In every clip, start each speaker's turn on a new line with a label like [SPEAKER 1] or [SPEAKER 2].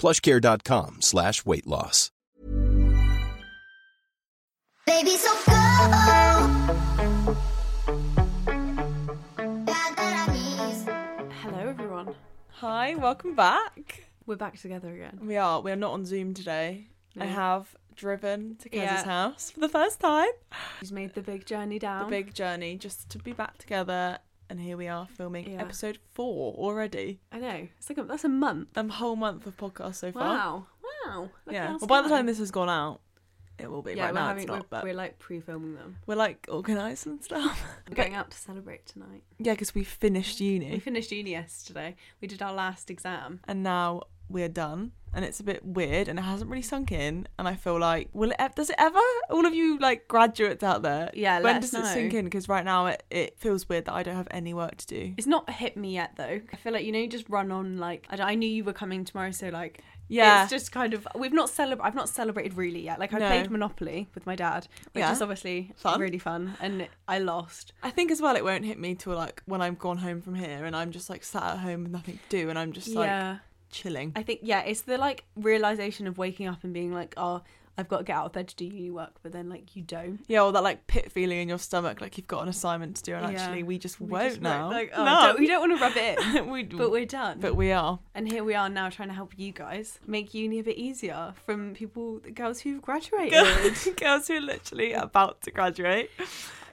[SPEAKER 1] Plushcare.com slash weight loss.
[SPEAKER 2] Baby, so go. Got that I need.
[SPEAKER 3] Hello, everyone.
[SPEAKER 4] Hi, welcome back.
[SPEAKER 3] We're back together again.
[SPEAKER 4] We are. We are not on Zoom today. I
[SPEAKER 3] No.
[SPEAKER 4] have driven to Kez's
[SPEAKER 3] Yeah.
[SPEAKER 4] house for the first time.
[SPEAKER 3] She's made the big journey down.
[SPEAKER 4] A big journey just to be back together, and here we are filming
[SPEAKER 3] Yeah.
[SPEAKER 4] episode four already.
[SPEAKER 3] I know. It's like a, that's a month.
[SPEAKER 4] A whole month of podcast so far.
[SPEAKER 3] Wow. Wow. Look at
[SPEAKER 4] Yeah.
[SPEAKER 3] us
[SPEAKER 4] Well, by the
[SPEAKER 3] go.
[SPEAKER 4] time this has gone out, it will be.
[SPEAKER 3] yeah,
[SPEAKER 4] right
[SPEAKER 3] we're
[SPEAKER 4] now
[SPEAKER 3] having
[SPEAKER 4] it's not,
[SPEAKER 3] we're,
[SPEAKER 4] but
[SPEAKER 3] we're like pre-filming them.
[SPEAKER 4] we're like organised and stuff.
[SPEAKER 3] We're going out to celebrate tonight.
[SPEAKER 4] yeah, because we finished
[SPEAKER 3] We
[SPEAKER 4] uni
[SPEAKER 3] finished uni yesterday. We did our last exam.
[SPEAKER 4] and now we're done. And it's a bit weird, and it hasn't really sunk in. And I feel like, will it? ev- Does it ever? All of you like graduates out there,
[SPEAKER 3] Yeah,
[SPEAKER 4] When
[SPEAKER 3] let
[SPEAKER 4] does
[SPEAKER 3] us
[SPEAKER 4] it sink
[SPEAKER 3] know.
[SPEAKER 4] in? Because right now it, it feels weird that I don't have any work to do.
[SPEAKER 3] It's not hit me yet though. I feel like you know you just run on like I, don't- I knew you were coming tomorrow, so like
[SPEAKER 4] Yeah.
[SPEAKER 3] it's just kind of we've not celebra- I've not celebrated really yet. Like I
[SPEAKER 4] No.
[SPEAKER 3] played Monopoly with my dad, which
[SPEAKER 4] Yeah.
[SPEAKER 3] is obviously
[SPEAKER 4] Fun.
[SPEAKER 3] really fun, and I lost.
[SPEAKER 4] I think as well it won't hit me till like when I'm gone home from here and I'm just like sat at home with nothing to do and I'm just like
[SPEAKER 3] yeah.
[SPEAKER 4] chilling.
[SPEAKER 3] I think yeah, it's the like realization of waking up and being like, oh, I've got to get out of bed to do uni work, but then like you don't.
[SPEAKER 4] yeah, or that like pit feeling in your stomach, like you've got an assignment to do, and
[SPEAKER 3] Yeah.
[SPEAKER 4] actually we just
[SPEAKER 3] We
[SPEAKER 4] won't
[SPEAKER 3] just
[SPEAKER 4] now.
[SPEAKER 3] Like, oh, don't- we don't want to rub it in,
[SPEAKER 4] we,
[SPEAKER 3] but we're done.
[SPEAKER 4] but we are.
[SPEAKER 3] and here we are now trying to help you guys make uni a bit easier from people, the girls who've graduated.
[SPEAKER 4] Girls who are literally about to graduate.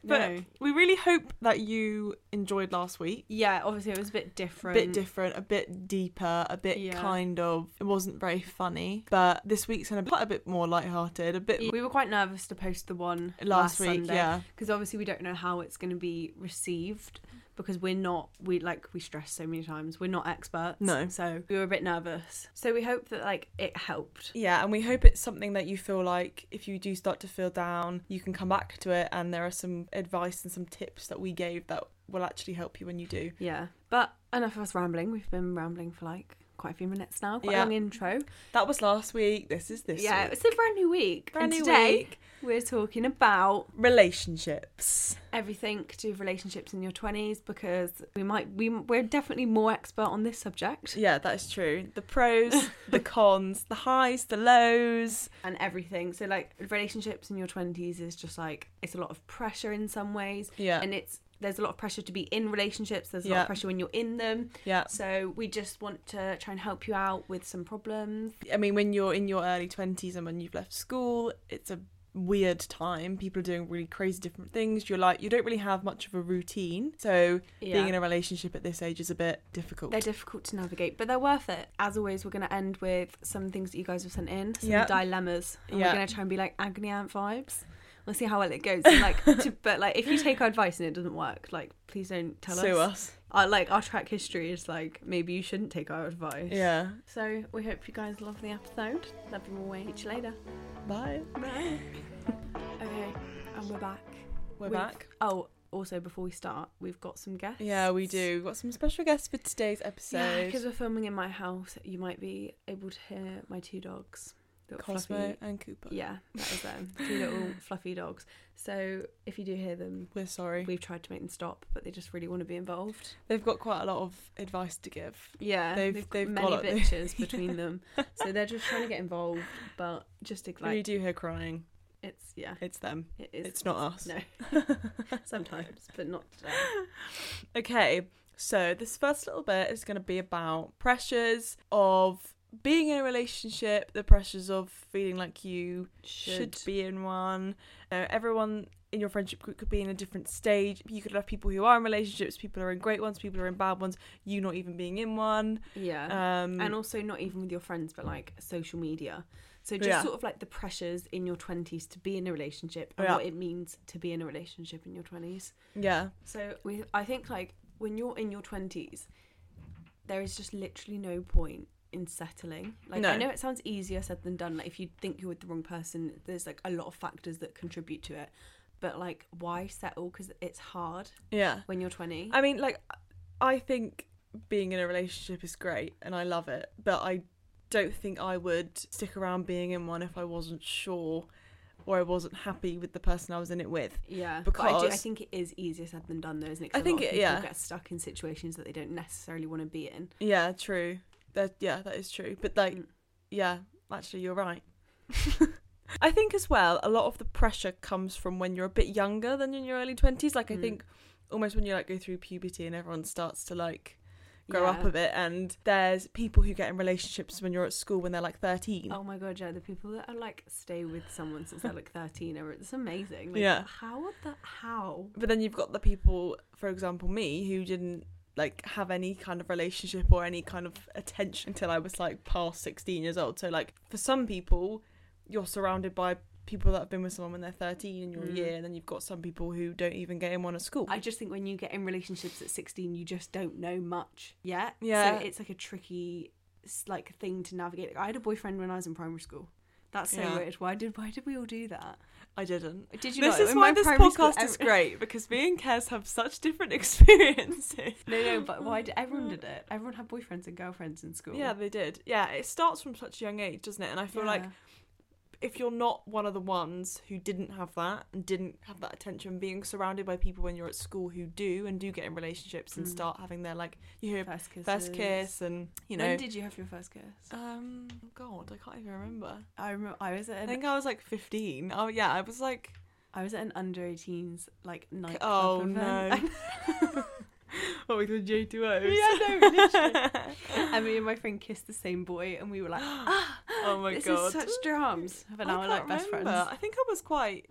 [SPEAKER 4] But
[SPEAKER 3] No.
[SPEAKER 4] we really hope that you enjoyed last week.
[SPEAKER 3] yeah, obviously it was a bit different.
[SPEAKER 4] bit different, a bit deeper, a bit
[SPEAKER 3] Yeah.
[SPEAKER 4] kind of. It wasn't very funny, but this week's gonna be quite a bit more lighthearted, a bit
[SPEAKER 3] We were quite nervous to post the one last,
[SPEAKER 4] Last week,
[SPEAKER 3] Sunday,
[SPEAKER 4] yeah.
[SPEAKER 3] because obviously we don't know how it's going to be received because we're not we like we stress so many times we're not experts
[SPEAKER 4] No.
[SPEAKER 3] so we were a bit nervous so we hope that like it helped
[SPEAKER 4] Yeah, and we hope it's something that you feel like if you do start to feel down, you can come back to it. And there are some advice and some tips that we gave that will actually help you when you do.
[SPEAKER 3] Yeah. But enough of us rambling. We've been rambling for like quite a few minutes now. Quite
[SPEAKER 4] Yeah.
[SPEAKER 3] a long intro.
[SPEAKER 4] That was last week. This is this
[SPEAKER 3] yeah,
[SPEAKER 4] week.
[SPEAKER 3] it's a brand new week.
[SPEAKER 4] Brand
[SPEAKER 3] and
[SPEAKER 4] new
[SPEAKER 3] today
[SPEAKER 4] week.
[SPEAKER 3] we're talking about
[SPEAKER 4] relationships.
[SPEAKER 3] everything to do with relationships in your 20s because we might we we're definitely more expert on this subject
[SPEAKER 4] Yeah, that is true. The pros, the cons, the highs, the lows.
[SPEAKER 3] and everything. So like relationships in your 20s is just like it's a lot of pressure in some ways.
[SPEAKER 4] Yeah.
[SPEAKER 3] And it's there's a lot of pressure to be in relationships. There's a lot
[SPEAKER 4] Yeah.
[SPEAKER 3] of pressure when you're in them.
[SPEAKER 4] Yeah.
[SPEAKER 3] So we just want to try and help you out with some problems.
[SPEAKER 4] I mean, when you're in your early 20s and when you've left school, it's a weird time. People are doing really crazy different things. You're like, you don't really have much of a routine. So
[SPEAKER 3] Yeah.
[SPEAKER 4] being in a relationship at this age is a bit difficult.
[SPEAKER 3] They're difficult to navigate, but they're worth it. As always, we're going to end with some things that you guys have sent in, some
[SPEAKER 4] Yeah.
[SPEAKER 3] dilemmas. And
[SPEAKER 4] Yeah.
[SPEAKER 3] we're going to try and be like agony aunt vibes. We'll see how well it goes. And, like, to, but like, if you take our advice and it doesn't work, like, please don't tell
[SPEAKER 4] Sue
[SPEAKER 3] us.
[SPEAKER 4] us.
[SPEAKER 3] Our, like our track history is like maybe you shouldn't take our advice.
[SPEAKER 4] Yeah.
[SPEAKER 3] So we hope you guys love the episode. Love you all. Catch you later.
[SPEAKER 4] Bye.
[SPEAKER 3] Bye. okay, and we're back.
[SPEAKER 4] We're
[SPEAKER 3] With-
[SPEAKER 4] back.
[SPEAKER 3] Oh, also before we start, we've got some guests.
[SPEAKER 4] Yeah, we do. We've got some special guests for today's
[SPEAKER 3] Yeah,
[SPEAKER 4] episode.
[SPEAKER 3] because we're filming in my house, you might be able to hear my two dogs. Little
[SPEAKER 4] Cosmo
[SPEAKER 3] fluffy.
[SPEAKER 4] and Cooper.
[SPEAKER 3] Yeah, that is them. two little fluffy dogs. So if you do hear them,
[SPEAKER 4] We're sorry.
[SPEAKER 3] we've tried to make them stop, but they just really want to be involved.
[SPEAKER 4] They've got quite a lot of advice to give.
[SPEAKER 3] Yeah,
[SPEAKER 4] They've-
[SPEAKER 3] they've,
[SPEAKER 4] they've
[SPEAKER 3] many
[SPEAKER 4] got-
[SPEAKER 3] bitches between them, so they're just trying to get involved. But just
[SPEAKER 4] when you
[SPEAKER 3] like
[SPEAKER 4] do hear crying,
[SPEAKER 3] it's yeah,
[SPEAKER 4] it's them.
[SPEAKER 3] it is.
[SPEAKER 4] It's not us.
[SPEAKER 3] no, sometimes, but not today.
[SPEAKER 4] Okay, so this first little bit is going to be about pressures of being in a relationship, the pressures of feeling like you should,
[SPEAKER 3] Should.
[SPEAKER 4] be in one. You know, everyone in your friendship group could be in a different stage. You could have people who are in relationships, people who are in great ones, people who are in bad ones. You not even being in one.
[SPEAKER 3] Yeah.
[SPEAKER 4] Um,
[SPEAKER 3] and also not even with your friends but like social media so just
[SPEAKER 4] Yeah.
[SPEAKER 3] sort of like the pressures in your 20s to be in a relationship and
[SPEAKER 4] Yeah.
[SPEAKER 3] what it means to be in a relationship in your 20s
[SPEAKER 4] yeah,
[SPEAKER 3] so we i think like when you're in your 20s there is just literally no point in settling like i
[SPEAKER 4] No.
[SPEAKER 3] know it sounds easier said than done like if you think you're with the wrong person there's like a lot of factors that contribute to it but like why settle because it's hard
[SPEAKER 4] yeah.
[SPEAKER 3] when you're 20
[SPEAKER 4] I mean, like, I think being in a relationship is great and I love it, but I don't think I would stick around being in one if I wasn't sure or I wasn't happy with the person I was in it with.
[SPEAKER 3] Yeah, but I, do, I
[SPEAKER 4] because-
[SPEAKER 3] think it is easier said than done, though, isn't it?
[SPEAKER 4] I
[SPEAKER 3] 'Cause a
[SPEAKER 4] think
[SPEAKER 3] lot of
[SPEAKER 4] it-
[SPEAKER 3] people
[SPEAKER 4] yeah.
[SPEAKER 3] get stuck in situations that they don't necessarily want to be in.
[SPEAKER 4] Yeah, true. That yeah, that is true. But like,
[SPEAKER 3] Mm.
[SPEAKER 4] yeah, actually, you're right. I think as well, a lot of the pressure comes from when you're a bit younger than in your early twenties. Like, I
[SPEAKER 3] Mm.
[SPEAKER 4] think almost when you like go through puberty and everyone starts to like grow up
[SPEAKER 3] Yeah.
[SPEAKER 4] a bit, and there's people who get in relationships when you're at school when they're like thirteen.
[SPEAKER 3] Oh my god, yeah, the people that are like stay with someone since they're like thirteen, are it's amazing. Like,
[SPEAKER 4] Yeah.
[SPEAKER 3] how would that? How?
[SPEAKER 4] But then you've got the people, for example, me, who didn't like have any kind of relationship or any kind of attention until I was like past 16 years old. So like for some people, you're surrounded by people that have been with someone when they're 13 in your year, and then you've got some people who don't even get in one at school.
[SPEAKER 3] Mm. I just think when you get in relationships at sixteen, you just don't know much yet.
[SPEAKER 4] Yeah.
[SPEAKER 3] so it's like a tricky, s- like thing to navigate. I had a boyfriend when I was in primary school. That's so
[SPEAKER 4] Yeah.
[SPEAKER 3] weird. Why did why did we all do that?
[SPEAKER 4] I didn't.
[SPEAKER 3] Did you?
[SPEAKER 4] This
[SPEAKER 3] not?
[SPEAKER 4] is
[SPEAKER 3] In
[SPEAKER 4] why
[SPEAKER 3] my
[SPEAKER 4] this
[SPEAKER 3] primary school,
[SPEAKER 4] podcast is
[SPEAKER 3] every-
[SPEAKER 4] great because me and Kez have such different experiences.
[SPEAKER 3] No, no, but why did everyone did it? Everyone had boyfriends and girlfriends in school.
[SPEAKER 4] Yeah, they did. Yeah, it starts from such a young age, doesn't it? And I feel like
[SPEAKER 3] Yeah.
[SPEAKER 4] if you're not one of the ones who didn't have that and didn't have that attention, being surrounded by people when you're at school who do and do get in relationships and start having their like you hear
[SPEAKER 3] Mm. First kiss.
[SPEAKER 4] first kiss and you know
[SPEAKER 3] When did you have your first kiss?
[SPEAKER 4] um oh God I can't even remember.
[SPEAKER 3] I remember I was at
[SPEAKER 4] I
[SPEAKER 3] an,
[SPEAKER 4] think I was like 15. Oh yeah, I was like
[SPEAKER 3] I was at an under 18s like night.
[SPEAKER 4] oh no.
[SPEAKER 3] event.
[SPEAKER 4] what with the J2Os?
[SPEAKER 3] yeah, no, literally. and me and my friend kissed the same boy, and we were like, ah,
[SPEAKER 4] Oh my
[SPEAKER 3] this
[SPEAKER 4] God.
[SPEAKER 3] is such drums. But
[SPEAKER 4] I
[SPEAKER 3] now we're like
[SPEAKER 4] can't
[SPEAKER 3] best
[SPEAKER 4] remember.
[SPEAKER 3] friends.
[SPEAKER 4] I think I was quite.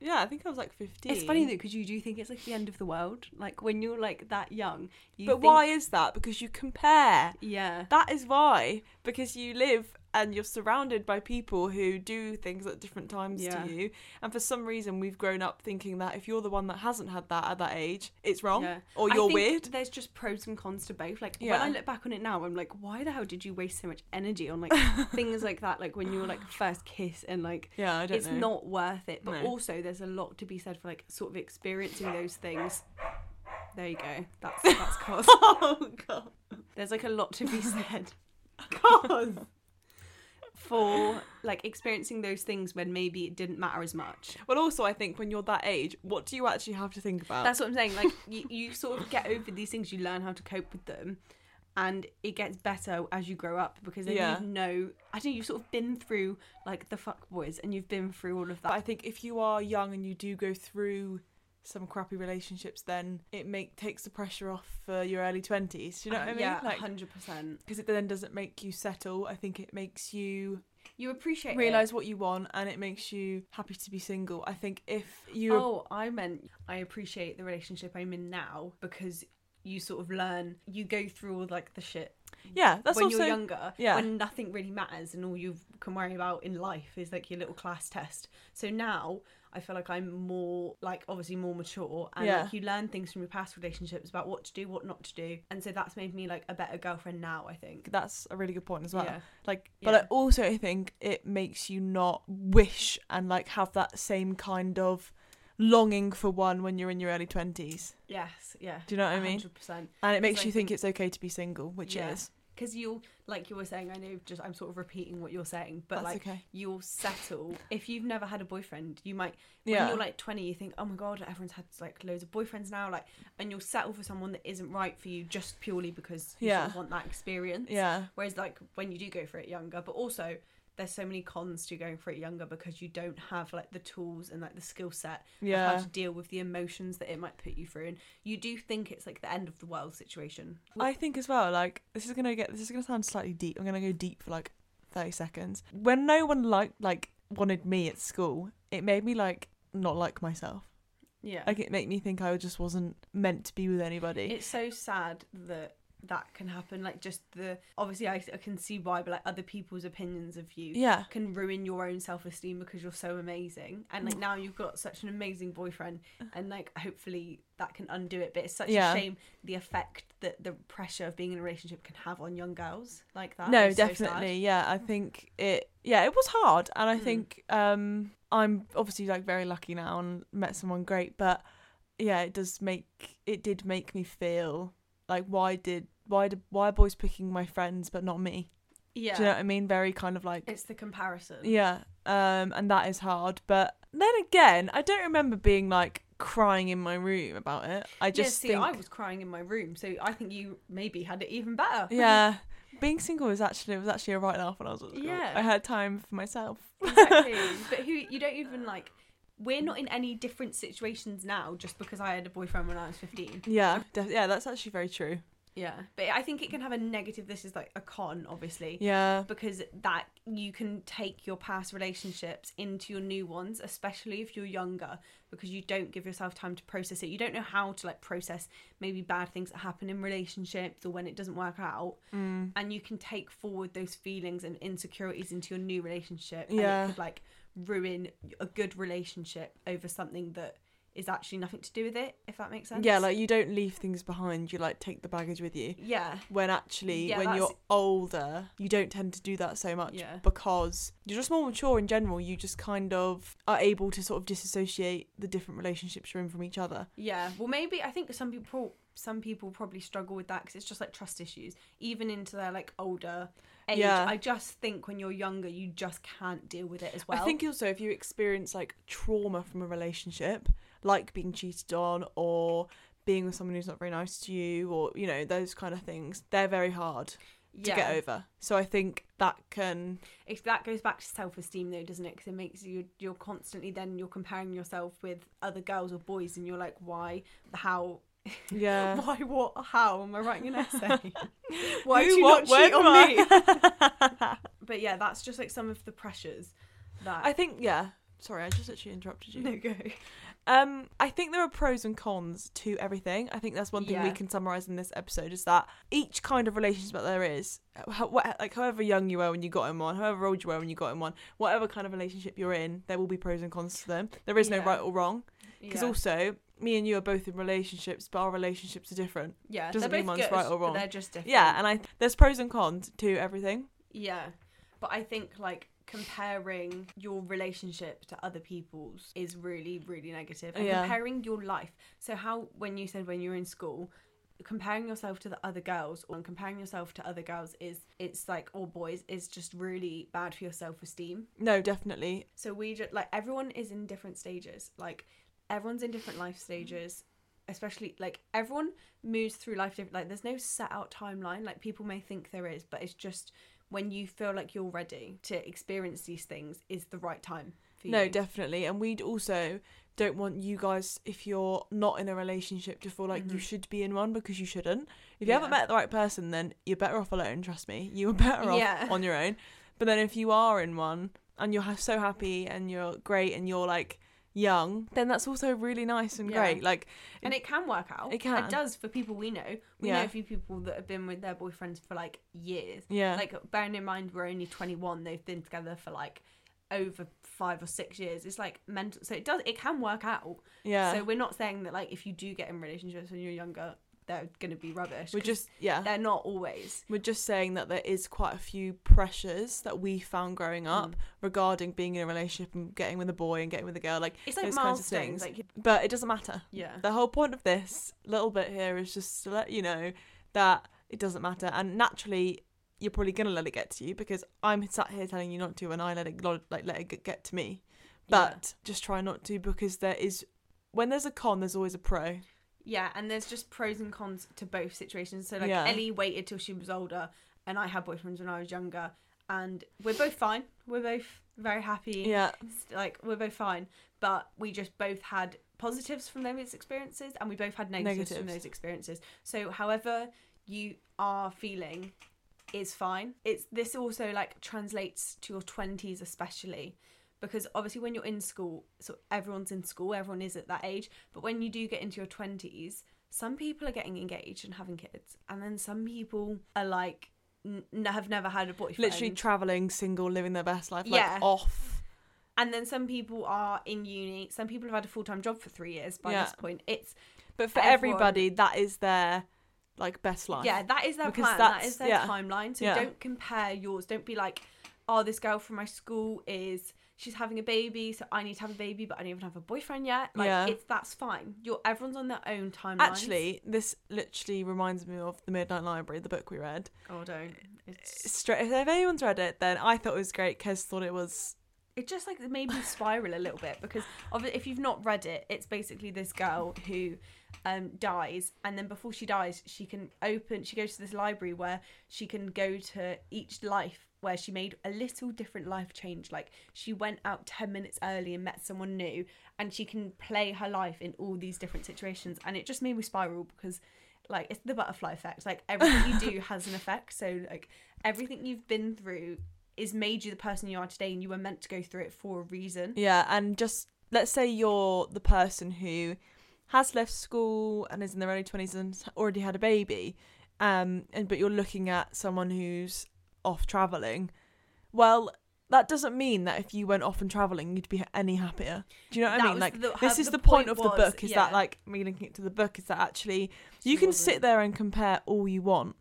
[SPEAKER 4] Yeah, I think I was like 15.
[SPEAKER 3] It's funny though, because you do think it's like the end of the world. Like when you're like that young, you
[SPEAKER 4] But
[SPEAKER 3] think-
[SPEAKER 4] why is that? Because you compare.
[SPEAKER 3] Yeah,
[SPEAKER 4] That is why, because you live and you're surrounded by people who do things at different times
[SPEAKER 3] Yeah.
[SPEAKER 4] to you. And for some reason, we've grown up thinking that if you're the one that hasn't had that at that age, it's wrong
[SPEAKER 3] Yeah.
[SPEAKER 4] or
[SPEAKER 3] I
[SPEAKER 4] you're
[SPEAKER 3] think
[SPEAKER 4] weird.
[SPEAKER 3] There's just pros and cons to both. Like when
[SPEAKER 4] Yeah.
[SPEAKER 3] I look back on it now, I'm like, why the hell did you waste so much energy on like things like that? Like when you were like first kiss and like
[SPEAKER 4] Yeah, I don't
[SPEAKER 3] it's
[SPEAKER 4] know.
[SPEAKER 3] not worth it. But
[SPEAKER 4] No.
[SPEAKER 3] also there's a lot to be said for like sort of experiencing those things. There you go. That's that's cause.
[SPEAKER 4] oh, God.
[SPEAKER 3] There's like a lot to be said
[SPEAKER 4] God.
[SPEAKER 3] for like experiencing those things when maybe it didn't matter as much.
[SPEAKER 4] well, also, I think when you're that age, what do you actually have to think about?
[SPEAKER 3] That's what I'm saying. Like you, you sort of get over these things, you learn how to cope with them, and it gets better as you grow up because then
[SPEAKER 4] Yeah.
[SPEAKER 3] you know. I don't. know, You've sort of been through like the fuck boys, and you've been through all of
[SPEAKER 4] But I
[SPEAKER 3] that.
[SPEAKER 4] think if you are young and you do go through some crappy relationships, then it make takes the pressure off for your early 20s. Do you know what I mean?
[SPEAKER 3] Uh, Yeah,
[SPEAKER 4] Like,
[SPEAKER 3] hundred percent.
[SPEAKER 4] because it then doesn't make you settle. I think it makes you
[SPEAKER 3] You appreciate.
[SPEAKER 4] realize what you want and it makes you happy to be single. I think if
[SPEAKER 3] It.
[SPEAKER 4] you
[SPEAKER 3] Oh, I meant I appreciate the relationship I'm in now because you sort of learn. You go through all like the shit
[SPEAKER 4] yeah, that's
[SPEAKER 3] when
[SPEAKER 4] also
[SPEAKER 3] you're younger,
[SPEAKER 4] yeah.
[SPEAKER 3] when nothing really matters and all you can worry about in life is like your little class test. So now I feel like I'm more like obviously more mature and
[SPEAKER 4] Yeah.
[SPEAKER 3] like you learn things from your past relationships about what to do, what not to do. And so that's made me like a better girlfriend now, I think.
[SPEAKER 4] that's a really good point as well.
[SPEAKER 3] Yeah.
[SPEAKER 4] Like, but
[SPEAKER 3] Yeah.
[SPEAKER 4] I also I think it makes you not wish and like have that same kind of longing for one when you're in your early twenties,
[SPEAKER 3] Yes, yeah.
[SPEAKER 4] Do you know what I mean?
[SPEAKER 3] 100%.
[SPEAKER 4] and it makes
[SPEAKER 3] I
[SPEAKER 4] you think
[SPEAKER 3] think-
[SPEAKER 4] it's okay to be single, which
[SPEAKER 3] Yeah.
[SPEAKER 4] is
[SPEAKER 3] Because you'll, like you were saying, I know just I'm sort of repeating what you're saying, but
[SPEAKER 4] That's
[SPEAKER 3] like
[SPEAKER 4] okay.
[SPEAKER 3] you'll settle. If you've never had a boyfriend, you might, when
[SPEAKER 4] Yeah.
[SPEAKER 3] you're like 20, you think, oh my God, everyone's had like loads of boyfriends now, like, and you'll settle for someone that isn't right for you just purely because you sort
[SPEAKER 4] Yeah.
[SPEAKER 3] of want that experience.
[SPEAKER 4] yeah,
[SPEAKER 3] Whereas like when you do go for it younger, but also there's so many cons to going for it younger because you don't have like the tools and like the skill set of
[SPEAKER 4] Yeah.
[SPEAKER 3] how to deal with the emotions that it might put you through. And you do think it's like the end of the world situation.
[SPEAKER 4] I think as well, like this is gonna get this is gonna sound slightly deep. I'm gonna go deep for like thirty seconds. When no one liked like wanted me at school, it made me like not like myself.
[SPEAKER 3] Yeah.
[SPEAKER 4] Like it made me think I just wasn't meant to be with anybody.
[SPEAKER 3] It's so sad that that can happen. Like, just the obviously, I, I can see why, but like other people's opinions of you
[SPEAKER 4] Yeah.
[SPEAKER 3] can ruin your own self esteem because you're so amazing. And
[SPEAKER 4] Mm.
[SPEAKER 3] like now you've got such an amazing boyfriend, and like hopefully that can undo it. But it's such
[SPEAKER 4] Yeah.
[SPEAKER 3] a shame the effect that the pressure of being in a relationship can have on young girls like that.
[SPEAKER 4] no,
[SPEAKER 3] It's so sad. Mm.
[SPEAKER 4] definitely. yeah, I think it. Yeah, it was hard, and I think um I'm obviously like very lucky now and met someone great, but yeah, it does make it did make me feel like why did why did why are boys picking my friends but not me?
[SPEAKER 3] Yeah.
[SPEAKER 4] Do you know what I mean? Very kind of like
[SPEAKER 3] It's the comparison.
[SPEAKER 4] Yeah. Um, and that is hard. But then again, I don't remember being like crying in my room about it. I
[SPEAKER 3] Yeah,
[SPEAKER 4] just
[SPEAKER 3] see,
[SPEAKER 4] think,
[SPEAKER 3] I was crying in my room, so I think you maybe had it even better.
[SPEAKER 4] yeah, being single was actually was actually a right laugh when I was at school.
[SPEAKER 3] Yeah.
[SPEAKER 4] I had time for myself.
[SPEAKER 3] exactly. But who you don't even like. We're not in any different situations now just because I had a boyfriend when I was 15.
[SPEAKER 4] yeah, def- yeah, that's actually very true.
[SPEAKER 3] Yeah. But I think it can have a negative. This is like a con, obviously.
[SPEAKER 4] Yeah,
[SPEAKER 3] Because that you can take your past relationships into your new ones, especially if you're younger, because you don't give yourself time to process it. You don't know how to like process maybe bad things that happen in relationships or when it doesn't work out.
[SPEAKER 4] Mm.
[SPEAKER 3] And you can take forward those feelings and insecurities into your new relationship.
[SPEAKER 4] Yeah.
[SPEAKER 3] And it could like ruin a good relationship over something that is actually nothing to do with it, if that makes sense.
[SPEAKER 4] yeah, like you don't leave things behind. You like take the baggage with you.
[SPEAKER 3] yeah.
[SPEAKER 4] When actually,
[SPEAKER 3] Yeah,
[SPEAKER 4] when
[SPEAKER 3] that's-
[SPEAKER 4] you're older, you don't tend to do that so much
[SPEAKER 3] Yeah.
[SPEAKER 4] because you're just more mature in general. You just kind of are able to sort of disassociate the different relationships you're in from each other.
[SPEAKER 3] Yeah, well, maybe I think some people some people probably struggle with that because it's just like trust issues, even into their like older age.
[SPEAKER 4] Yeah.
[SPEAKER 3] I just think when you're younger, you just can't deal with it as well.
[SPEAKER 4] I think also if you experience like trauma from a relationship, like being cheated on or being with someone who's not very nice to you or you know those kind of things, they're very hard to get over. So I think that can
[SPEAKER 3] It's, that goes back to self esteem though, doesn't it? Because it makes you you're constantly then you're comparing yourself with other girls or boys, and you're like, why, how.
[SPEAKER 4] Yeah.
[SPEAKER 3] Why? What? How am I writing an essay? Why
[SPEAKER 4] Who,
[SPEAKER 3] did you
[SPEAKER 4] what,
[SPEAKER 3] not cheat
[SPEAKER 4] when,
[SPEAKER 3] on me? but yeah, that's just like some of the pressures that
[SPEAKER 4] I think yeah. Sorry, I just literally interrupted you.
[SPEAKER 3] no go.
[SPEAKER 4] Um, I think there are pros and cons to everything. I think that's one thing we
[SPEAKER 3] Yeah.
[SPEAKER 4] can summarize in this episode is that each kind of relationship that there is, how, what, like however young you were when you got in one, however old you were when you got in one, whatever kind of relationship you're in, there will be pros and cons to them. There is no
[SPEAKER 3] Yeah.
[SPEAKER 4] right or wrong because
[SPEAKER 3] Yeah.
[SPEAKER 4] also me and you are both in relationships, but our relationships are different.
[SPEAKER 3] Yeah,
[SPEAKER 4] Doesn't
[SPEAKER 3] they're
[SPEAKER 4] mean
[SPEAKER 3] both
[SPEAKER 4] one's
[SPEAKER 3] good,
[SPEAKER 4] right or
[SPEAKER 3] but
[SPEAKER 4] wrong.
[SPEAKER 3] They're just different.
[SPEAKER 4] Yeah, and I there's pros and cons to everything.
[SPEAKER 3] yeah, but I think like comparing your relationship to other people's is really really negative. And
[SPEAKER 4] Yeah.
[SPEAKER 3] comparing your life. So how when you said when you were in school. Comparing yourself to the other girls or comparing yourself to other girls is it's like or boys is just really bad for your self esteem.
[SPEAKER 4] No, definitely.
[SPEAKER 3] So we just like everyone is in different stages. Like everyone's in different life stages. Especially like everyone moves through life different. Like there's no set out timeline. Like people may think there is, but it's just when you feel like you're ready to experience these things is the right time for
[SPEAKER 4] No,
[SPEAKER 3] you.
[SPEAKER 4] definitely. And we'd also don't want you guys, if you're not in a relationship, to feel like you should be in one because you shouldn't. If you haven't
[SPEAKER 3] Mm-hmm. Yeah.
[SPEAKER 4] met the right person, then you're better off alone, trust me. You are better off
[SPEAKER 3] Yeah.
[SPEAKER 4] on your own. But then if you are in one and you're ha- so happy and you're great and you're like young, then that's also really nice and
[SPEAKER 3] Yeah.
[SPEAKER 4] great. Like,
[SPEAKER 3] and it can work out.
[SPEAKER 4] It can.
[SPEAKER 3] It does for people we know. We
[SPEAKER 4] Yeah.
[SPEAKER 3] know a few people that have been with their boyfriends for like years.
[SPEAKER 4] Yeah.
[SPEAKER 3] Like bearing in mind we're only 21, they've been together for like over five or six years. It's like mental. So it does. It can work out.
[SPEAKER 4] yeah.
[SPEAKER 3] So we're not saying that like if you do get in relationships when you're younger, they're going to be rubbish.
[SPEAKER 4] we're
[SPEAKER 3] 'cause
[SPEAKER 4] just, yeah.
[SPEAKER 3] they're not always.
[SPEAKER 4] We're just saying that there is quite a few pressures that we found growing up
[SPEAKER 3] Mm.
[SPEAKER 4] regarding being in a relationship and getting with a boy and getting with a girl. Like
[SPEAKER 3] It's like
[SPEAKER 4] those
[SPEAKER 3] milestones,
[SPEAKER 4] kinds of things.
[SPEAKER 3] like-
[SPEAKER 4] but it doesn't matter.
[SPEAKER 3] Yeah.
[SPEAKER 4] The whole point of this little bit here is just to let you know that it doesn't matter, and naturally you're probably gonna let it get to you because I'm sat here telling you not to, and I let it lo- like let it g- get to me.
[SPEAKER 3] Yeah.
[SPEAKER 4] But just try not to because there is when there's a con, there's always a pro.
[SPEAKER 3] Yeah, and there's just pros and cons to both situations. So like
[SPEAKER 4] Yeah.
[SPEAKER 3] Ellie waited till she was older, and I had boyfriends when I was younger, and we're both fine. we're both very happy.
[SPEAKER 4] Yeah.
[SPEAKER 3] It's Like we're both fine, but we just both had positives from those experiences, and we both had negatives, from
[SPEAKER 4] Negatives.
[SPEAKER 3] those experiences. So, however you are feeling is fine. It's this also like translates to your twenties, especially because obviously when you're in school, so everyone's in school, everyone is at that age. But when you do get into your twenties, some people are getting engaged and having kids, and then some people are like n- have never had a boyfriend.
[SPEAKER 4] Literally traveling, single, living their best life, like
[SPEAKER 3] Yeah.
[SPEAKER 4] off.
[SPEAKER 3] and then some people are in uni. Some people have had a full time job for three years by
[SPEAKER 4] Yeah.
[SPEAKER 3] this point. It's
[SPEAKER 4] But for
[SPEAKER 3] Everyone-
[SPEAKER 4] everybody, that is their like best life.
[SPEAKER 3] yeah, that is their
[SPEAKER 4] Because
[SPEAKER 3] plan. That
[SPEAKER 4] that's-
[SPEAKER 3] is their
[SPEAKER 4] yeah.
[SPEAKER 3] timeline. So
[SPEAKER 4] Yeah.
[SPEAKER 3] don't compare yours. Don't be like, oh, this girl from my school is she's having a baby, so I need to have a baby, but I don't even have a boyfriend yet. Like
[SPEAKER 4] Yeah.
[SPEAKER 3] it's that's fine. You're everyone's on their own timeline.
[SPEAKER 4] Actually, this literally reminds me of the Midnight Library, the book we read.
[SPEAKER 3] oh don't. It's
[SPEAKER 4] Straight, if anyone's read it, then I thought it was great. Kes thought it was
[SPEAKER 3] it just like made me spiral a little bit because of if you've not read it, it's basically this girl who um, dies, and then before she dies, she can open. She goes to this library where she can go to each life where she made a little different life change. Like she went out ten minutes early and met someone new, and she can play her life in all these different situations. And it just made me spiral because. Like it's the butterfly effect. Like everything you do has an effect. So like everything you've been through is made you the person you are today and you were meant to go through it for a reason.
[SPEAKER 4] Yeah, and just let's say you're the person who has left school and is in their early twenties and has already had a baby, um, and but you're looking at someone who's off traveling. Well, that doesn't mean that if you went off and traveling, you'd be any happier. Do you know what
[SPEAKER 3] That
[SPEAKER 4] I mean?
[SPEAKER 3] was
[SPEAKER 4] Like
[SPEAKER 3] the-
[SPEAKER 4] this
[SPEAKER 3] her-
[SPEAKER 4] is
[SPEAKER 3] the
[SPEAKER 4] the, point,
[SPEAKER 3] point
[SPEAKER 4] of
[SPEAKER 3] was,
[SPEAKER 4] the book. Is
[SPEAKER 3] yeah.
[SPEAKER 4] that like me linking it to the book? Is that actually
[SPEAKER 3] She
[SPEAKER 4] you can
[SPEAKER 3] wasn't.
[SPEAKER 4] sit there and compare all you want.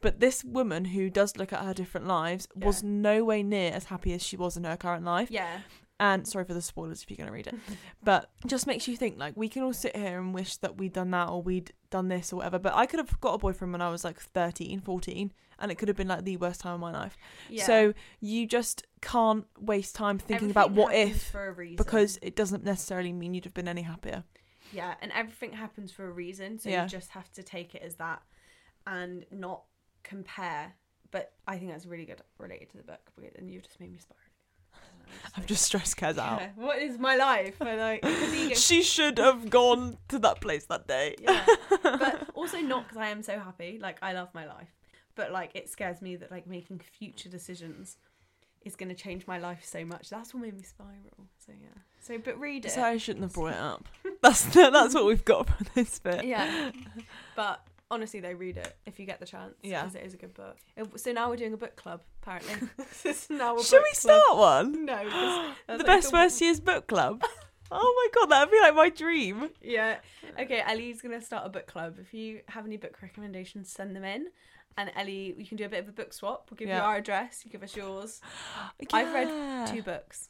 [SPEAKER 4] But this woman who does look at her different lives was
[SPEAKER 3] Yeah.
[SPEAKER 4] no way near as happy as she was in her current life
[SPEAKER 3] Yeah.
[SPEAKER 4] and sorry for the spoilers if you're going to read it but just makes you think like we can all sit here and wish that we'd done that or we'd done this or whatever but i could have got a boyfriend when i was like 13 14 and it could have been like the worst time of my life
[SPEAKER 3] Yeah.
[SPEAKER 4] so you just can't waste time thinking
[SPEAKER 3] Everything
[SPEAKER 4] about what
[SPEAKER 3] happens
[SPEAKER 4] if
[SPEAKER 3] for a reason.
[SPEAKER 4] because it doesn't necessarily mean you'd have been any happier
[SPEAKER 3] yeah, and everything happens for a reason, so
[SPEAKER 4] Yeah.
[SPEAKER 3] you just have to take it as that and not compare. But I think that's really good related to the book because- and you've just made me spiral.
[SPEAKER 4] i've just stressed Kaz out
[SPEAKER 3] Yeah. What is my life? And like it's an ego
[SPEAKER 4] she should have gone to that place that day
[SPEAKER 3] yeah but also not because i am so happy like i love my life but like it scares me that like making future decisions is going to change my life so much that's what made me spiral so yeah so but read it
[SPEAKER 4] so i shouldn't have brought it up that's that's what we've got for this bit
[SPEAKER 3] yeah but honestly though read it if you get the chance
[SPEAKER 4] Yeah.
[SPEAKER 3] because it is a good book It- so now we're doing a book club apparently So now a
[SPEAKER 4] should
[SPEAKER 3] book
[SPEAKER 4] we
[SPEAKER 3] club.
[SPEAKER 4] start one
[SPEAKER 3] no 'cause that's
[SPEAKER 4] the
[SPEAKER 3] like
[SPEAKER 4] best
[SPEAKER 3] the-
[SPEAKER 4] worst years book club. Oh my god, that'd be like my dream.
[SPEAKER 3] yeah okay ellie's gonna start a book club if you have any book recommendations send them in and ellie we can do a bit of a book swap we'll give you
[SPEAKER 4] Yeah.
[SPEAKER 3] our address you give us yours I've read two books.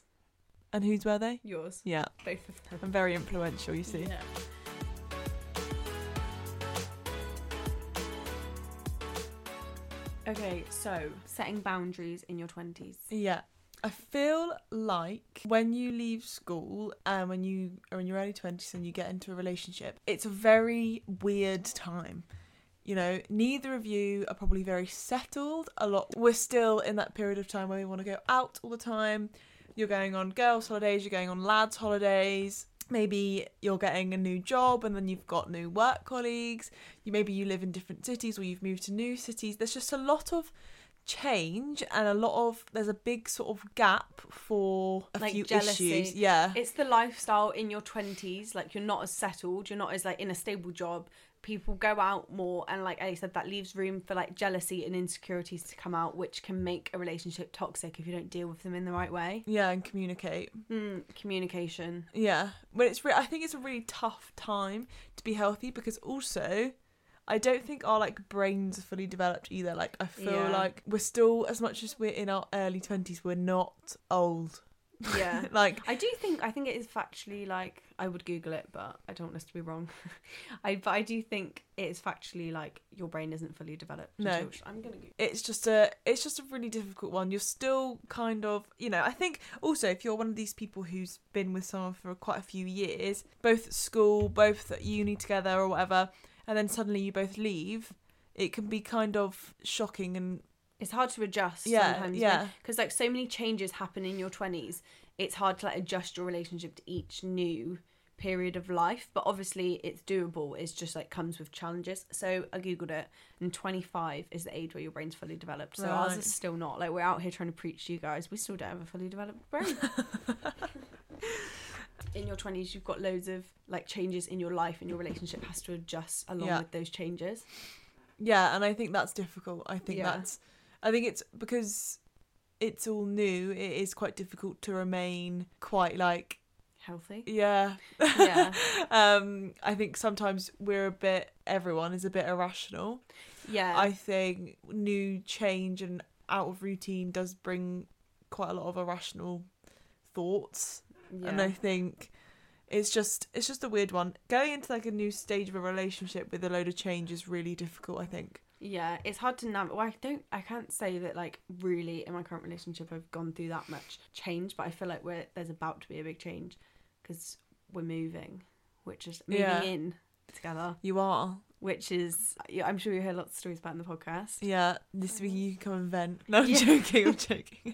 [SPEAKER 4] And whose were they?
[SPEAKER 3] Yours,
[SPEAKER 4] Yeah,
[SPEAKER 3] both of
[SPEAKER 4] I'm
[SPEAKER 3] them.
[SPEAKER 4] very influential. You see.
[SPEAKER 3] Yeah. Okay, so setting boundaries in your twenties.
[SPEAKER 4] Yeah. I feel like when you leave school and when you are in your early 20s and you get into a relationship, it's a very weird time. You know, neither of you are probably very settled. A lot, we're still in that period of time where we want to go out all the time. You're going on girls' holidays, you're going on lads' holidays. Maybe you're getting a new job and then you've got new work colleagues. You maybe you live in different cities or you've moved to new cities. There's just a lot of change and a lot of there's a big sort of gap for a
[SPEAKER 3] Like
[SPEAKER 4] few
[SPEAKER 3] jealousy.
[SPEAKER 4] issues. Yeah.
[SPEAKER 3] It's the lifestyle in your twenties. Like you're not as settled. You're not as like in a stable job. People go out more, and like Ellie said, that leaves room for like jealousy and insecurities to come out, which can make a relationship toxic if you don't deal with them in the right way.
[SPEAKER 4] yeah, and communicate.
[SPEAKER 3] Mm, communication.
[SPEAKER 4] Yeah, but it's re- I think it's a really tough time to be healthy because also I don't think our like brains are fully developed either. Like I feel
[SPEAKER 3] Yeah.
[SPEAKER 4] like we're still as much as we're in our early twenties, we're not old.
[SPEAKER 3] Yeah.
[SPEAKER 4] Like
[SPEAKER 3] I do think I think it is factually like I would Google it, but I don't want us to be wrong. I but I do think it is factually like your brain isn't fully developed.
[SPEAKER 4] No.
[SPEAKER 3] until- I'm gonna. Google.
[SPEAKER 4] it's just a it's just a really difficult one. You're still kind of you know I think also if you're one of these people who's been with someone for quite a few years, both at school, both at uni together or whatever, and then suddenly you both leave, it can be kind of shocking and
[SPEAKER 3] it's hard to adjust
[SPEAKER 4] Yeah,
[SPEAKER 3] sometimes
[SPEAKER 4] yeah.
[SPEAKER 3] because like so many changes happen in your 20s it's hard to like adjust your relationship to each new period of life but obviously it's doable it's just like comes with challenges so i googled it and 25 is the age where your brain's fully developed so ours
[SPEAKER 4] Right.
[SPEAKER 3] is still not like we're out here trying to preach to you guys we still don't have a fully developed brain in your 20s you've got loads of like changes in your life and your relationship has to adjust along
[SPEAKER 4] Yeah.
[SPEAKER 3] with those changes
[SPEAKER 4] Yeah, and I think that's difficult. I think
[SPEAKER 3] Yeah.
[SPEAKER 4] that's I think it's because it's all new, it is quite difficult to remain quite like
[SPEAKER 3] healthy
[SPEAKER 4] yeah.
[SPEAKER 3] Yeah.
[SPEAKER 4] um I think sometimes we're a bit everyone is a bit irrational.
[SPEAKER 3] yeah
[SPEAKER 4] I think new change and out of routine does bring quite a lot of irrational thoughts. And
[SPEAKER 3] yeah.
[SPEAKER 4] I think it's just it's just a weird one. Going into like a new stage of a relationship with a load of change is really difficult, I think.
[SPEAKER 3] Yeah, it's hard to navigate. Well, I don't, I can't say that like really in my current relationship I've gone through that much change, but I feel like we're there's about to be a big change because we're moving, which is moving
[SPEAKER 4] Yeah.
[SPEAKER 3] in together,
[SPEAKER 4] You are.
[SPEAKER 3] which is yeah, I'm sure you hear lots of stories about in the podcast.
[SPEAKER 4] Yeah, this
[SPEAKER 3] Mm-hmm.
[SPEAKER 4] week you can come and vent. No, I'm joking, I'm joking.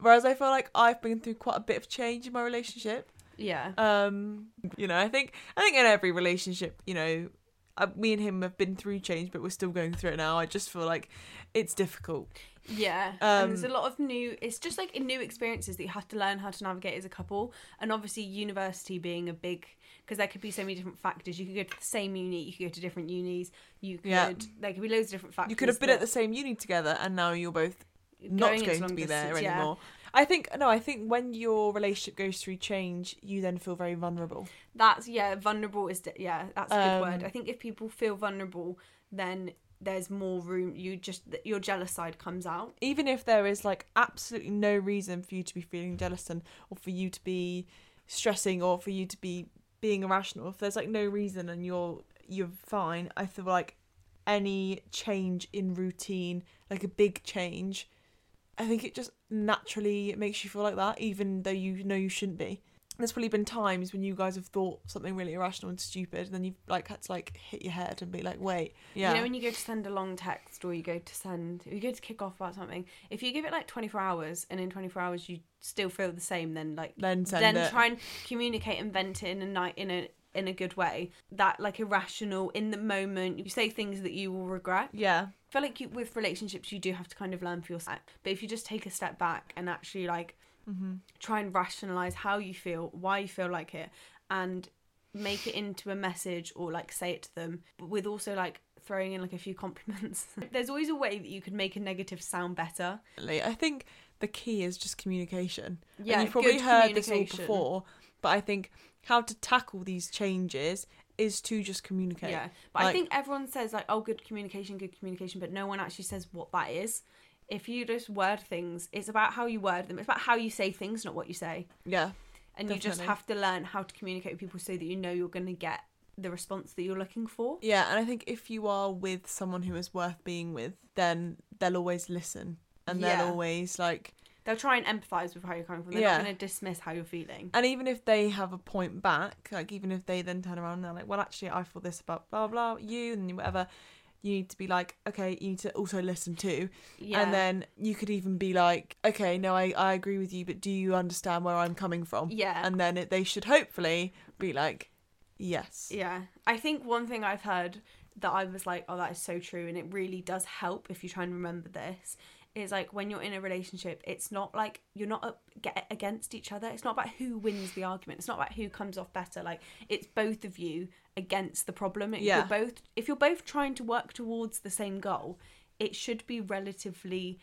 [SPEAKER 4] Whereas I feel like I've been through quite a bit of change in my relationship.
[SPEAKER 3] Yeah,
[SPEAKER 4] Um, you know, I think I think in every relationship, you know, I, me and him have been through change, but we're still going through it now. I just feel like it's difficult.
[SPEAKER 3] yeah. and there's a
[SPEAKER 4] Um,
[SPEAKER 3] lot of new. It's just like in new experiences that you have to learn how to navigate as a couple, and obviously university being a big because there could be so many different factors. You could go to the same uni, you could go to different unis. You could
[SPEAKER 4] Yeah.
[SPEAKER 3] there could be loads of different factors.
[SPEAKER 4] You could have been at
[SPEAKER 3] that-
[SPEAKER 4] the same uni together, and now you're both not
[SPEAKER 3] Going
[SPEAKER 4] going,
[SPEAKER 3] into
[SPEAKER 4] to
[SPEAKER 3] long
[SPEAKER 4] be there
[SPEAKER 3] distance, yeah.
[SPEAKER 4] anymore. I think no, I think when your relationship goes through change, you then feel very vulnerable.
[SPEAKER 3] That's yeah, vulnerable is di- yeah, that's a good
[SPEAKER 4] Um,
[SPEAKER 3] word. I think if people feel vulnerable, then there's more room. You just th- your jealous side comes out.
[SPEAKER 4] even if there is like absolutely no reason for you to be feeling jealous and or for you to be stressing or for you to be being irrational if there's like no reason and you're you're fine i feel like any change in routine like a big change i think it just naturally makes you feel like that even though you know you shouldn't be there's probably been times when you guys have thought something really irrational and stupid and then you've like had to like hit your head and be like wait yeah
[SPEAKER 3] You know when you go to send a long text or you go to send you go to kick off about something. If you give it like 24 hours and in 24 hours you still feel the same, then like
[SPEAKER 4] Then send it.
[SPEAKER 3] try and communicate and vent it in a night in a in a good way. That like irrational in the moment, you say things that you will regret.
[SPEAKER 4] yeah
[SPEAKER 3] I feel like you, with relationships, you do have to kind of learn for yourself. But if you just take a step back and actually like try and rationalize how you feel, why you feel like it, and make it into a message or like say it to them, but with also like throwing in like a few compliments. There's always a way that you could make a negative sound better.
[SPEAKER 4] Definitely. I think the key is just communication.
[SPEAKER 3] Yeah,
[SPEAKER 4] and you've probably
[SPEAKER 3] good
[SPEAKER 4] heard this all
[SPEAKER 3] communication.
[SPEAKER 4] before, but I think how to tackle these changes is to just communicate.
[SPEAKER 3] Yeah. But I
[SPEAKER 4] Like,
[SPEAKER 3] think everyone says like, oh, good communication, good communication, but no one actually says what that is. If you just word things, it's about how you word them. It's about how you say things, not what you say.
[SPEAKER 4] yeah,
[SPEAKER 3] and you just
[SPEAKER 4] Definitely.
[SPEAKER 3] have to learn how to communicate with people so that you know you're going to get the response that you're looking for.
[SPEAKER 4] yeah, and I think if you are with someone who is worth being with, then they'll always listen and
[SPEAKER 3] Yeah.
[SPEAKER 4] they'll always like.
[SPEAKER 3] They'll try and empathise with how you're coming from. They're
[SPEAKER 4] Yeah.
[SPEAKER 3] not going to dismiss how you're feeling.
[SPEAKER 4] And even if they have a point back, like even if they then turn around and they're like, well, actually, I feel this about blah blah you and whatever. You need to be like, okay, you need to also listen too.
[SPEAKER 3] Yeah.
[SPEAKER 4] And then you could even be like, okay, no, I, I agree with you, but do you understand where I'm coming from?
[SPEAKER 3] Yeah.
[SPEAKER 4] And then it, they should hopefully be like, yes.
[SPEAKER 3] Yeah. I think one thing I've heard that I was like, oh, that is so true. And it really does help if you try and remember this is like when you're in a relationship, it's not like you're not up get against each other. It's not about who wins the argument. It's not about who comes off better. Like it's both of you against the problem. If
[SPEAKER 4] Yeah.
[SPEAKER 3] You're both, if you're both trying to work towards the same goal, it should be relatively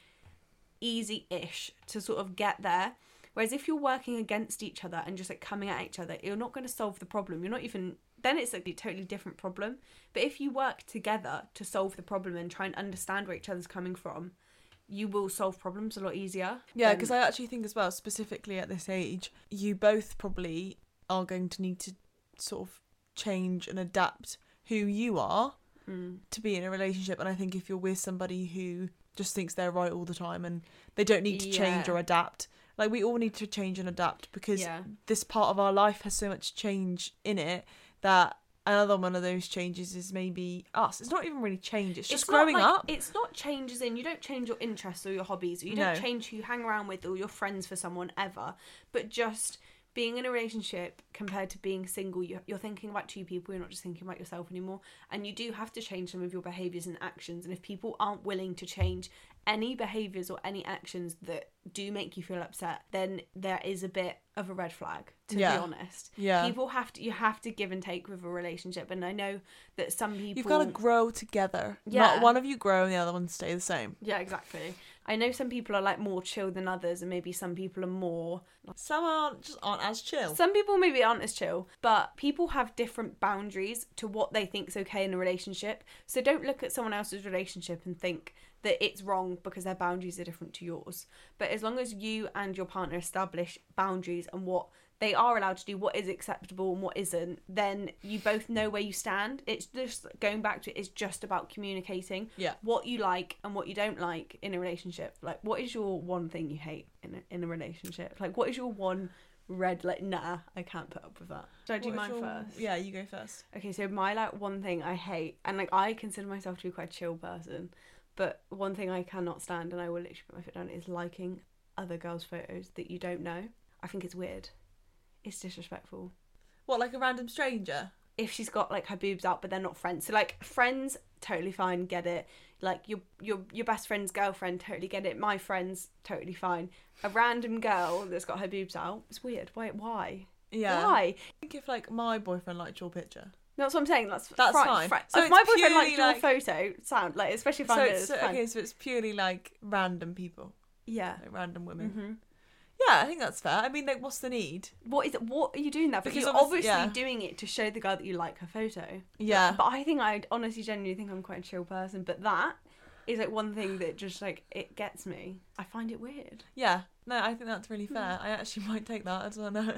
[SPEAKER 3] easy ish to sort of get there. Whereas if you're working against each other and just like coming at each other, you're not going to solve the problem. You're not even, then it's like a totally different problem. But if you work together to solve the problem and try and understand where each other's coming from, you will solve problems a lot easier.
[SPEAKER 4] Yeah,
[SPEAKER 3] than-
[SPEAKER 4] because I actually think as well, specifically at this age, you both probably are going to need to sort of change and adapt who you are
[SPEAKER 3] Hmm.
[SPEAKER 4] to be in a relationship. And I think if you're with somebody who just thinks they're right all the time and they don't need to change
[SPEAKER 3] Yeah.
[SPEAKER 4] or adapt, like we all need to change and adapt because
[SPEAKER 3] Yeah.
[SPEAKER 4] this part of our life has so much change in it that Another one of those changes is maybe us. It's not even really change. It's just
[SPEAKER 3] It's not
[SPEAKER 4] growing
[SPEAKER 3] like-
[SPEAKER 4] up.
[SPEAKER 3] It's not changes in you don't change your interests or your hobbies, or you don't
[SPEAKER 4] No.
[SPEAKER 3] change who you hang around with or your friends for someone ever. But just being in a relationship compared to being single, you- you're thinking about two people. You're not just thinking about yourself anymore, and you do have to change some of your behaviors and actions. And if people aren't willing to change any behaviors or any actions that do make you feel upset, then there is a bit of a red flag. To be
[SPEAKER 4] Yeah.
[SPEAKER 3] honest,
[SPEAKER 4] Yeah.
[SPEAKER 3] people have to you have to give and take with a relationship, and I know that some people
[SPEAKER 4] You've got to grow together.
[SPEAKER 3] Yeah.
[SPEAKER 4] Not one of you grow and the other one stay the same.
[SPEAKER 3] Yeah, exactly. I know some people are like more chill than others, and maybe some people are more.
[SPEAKER 4] Some aren't just aren't as chill.
[SPEAKER 3] Some people maybe aren't as chill, but people have different boundaries to what they think's okay in a relationship. So don't look at someone else's relationship and think that it's wrong because their boundaries are different to yours. But as long as you and your partner establish boundaries and what they are allowed to do, what is acceptable and what isn't, then you both know where you stand. It's just going back to it, it's just about communicating
[SPEAKER 4] Yeah.
[SPEAKER 3] what you like and what you don't like in a relationship. Like, what is your one thing you hate in a, in a relationship? Like, what is your one red like? Nah, I can't put up with that. Should I do
[SPEAKER 4] What's
[SPEAKER 3] mine
[SPEAKER 4] your-
[SPEAKER 3] first?
[SPEAKER 4] Yeah, you go first.
[SPEAKER 3] Okay, so my like one thing I hate, and like I consider myself to be quite a chill person, but one thing I cannot stand, and I will literally put my foot down, is liking other girls' photos that you don't know. I think it's weird. It's disrespectful.
[SPEAKER 4] What, like a random stranger?
[SPEAKER 3] if she's got like her boobs out but they're not friends so like friends totally fine get it like your your your best friend's girlfriend totally get it my friends totally fine a random girl that's got her boobs out it's weird why why
[SPEAKER 4] Yeah.
[SPEAKER 3] why
[SPEAKER 4] I think if like my boyfriend liked your picture.
[SPEAKER 3] that's what i'm saying that's
[SPEAKER 4] That's
[SPEAKER 3] fri-
[SPEAKER 4] fine.
[SPEAKER 3] fri-
[SPEAKER 4] So
[SPEAKER 3] if my
[SPEAKER 4] it's
[SPEAKER 3] boyfriend liked
[SPEAKER 4] purely,
[SPEAKER 3] your
[SPEAKER 4] like-
[SPEAKER 3] photo sound like especially if
[SPEAKER 4] So,
[SPEAKER 3] i'm
[SPEAKER 4] it's,
[SPEAKER 3] it's
[SPEAKER 4] so
[SPEAKER 3] fine.
[SPEAKER 4] okay, so it's purely like random people,
[SPEAKER 3] yeah
[SPEAKER 4] like random women. Yeah, I think that's fair. I mean, like, what's the need?
[SPEAKER 3] what is it what are you doing that because
[SPEAKER 4] Because
[SPEAKER 3] you're
[SPEAKER 4] obvious-
[SPEAKER 3] obviously
[SPEAKER 4] yeah.
[SPEAKER 3] doing it to show the guy that you like her photo
[SPEAKER 4] Yeah.
[SPEAKER 3] But I think I honestly genuinely think I'm quite a chill person, but that is like one thing that just like it gets me. I find it weird.
[SPEAKER 4] Yeah, no, I think that's really fair. I actually might take that as well. No,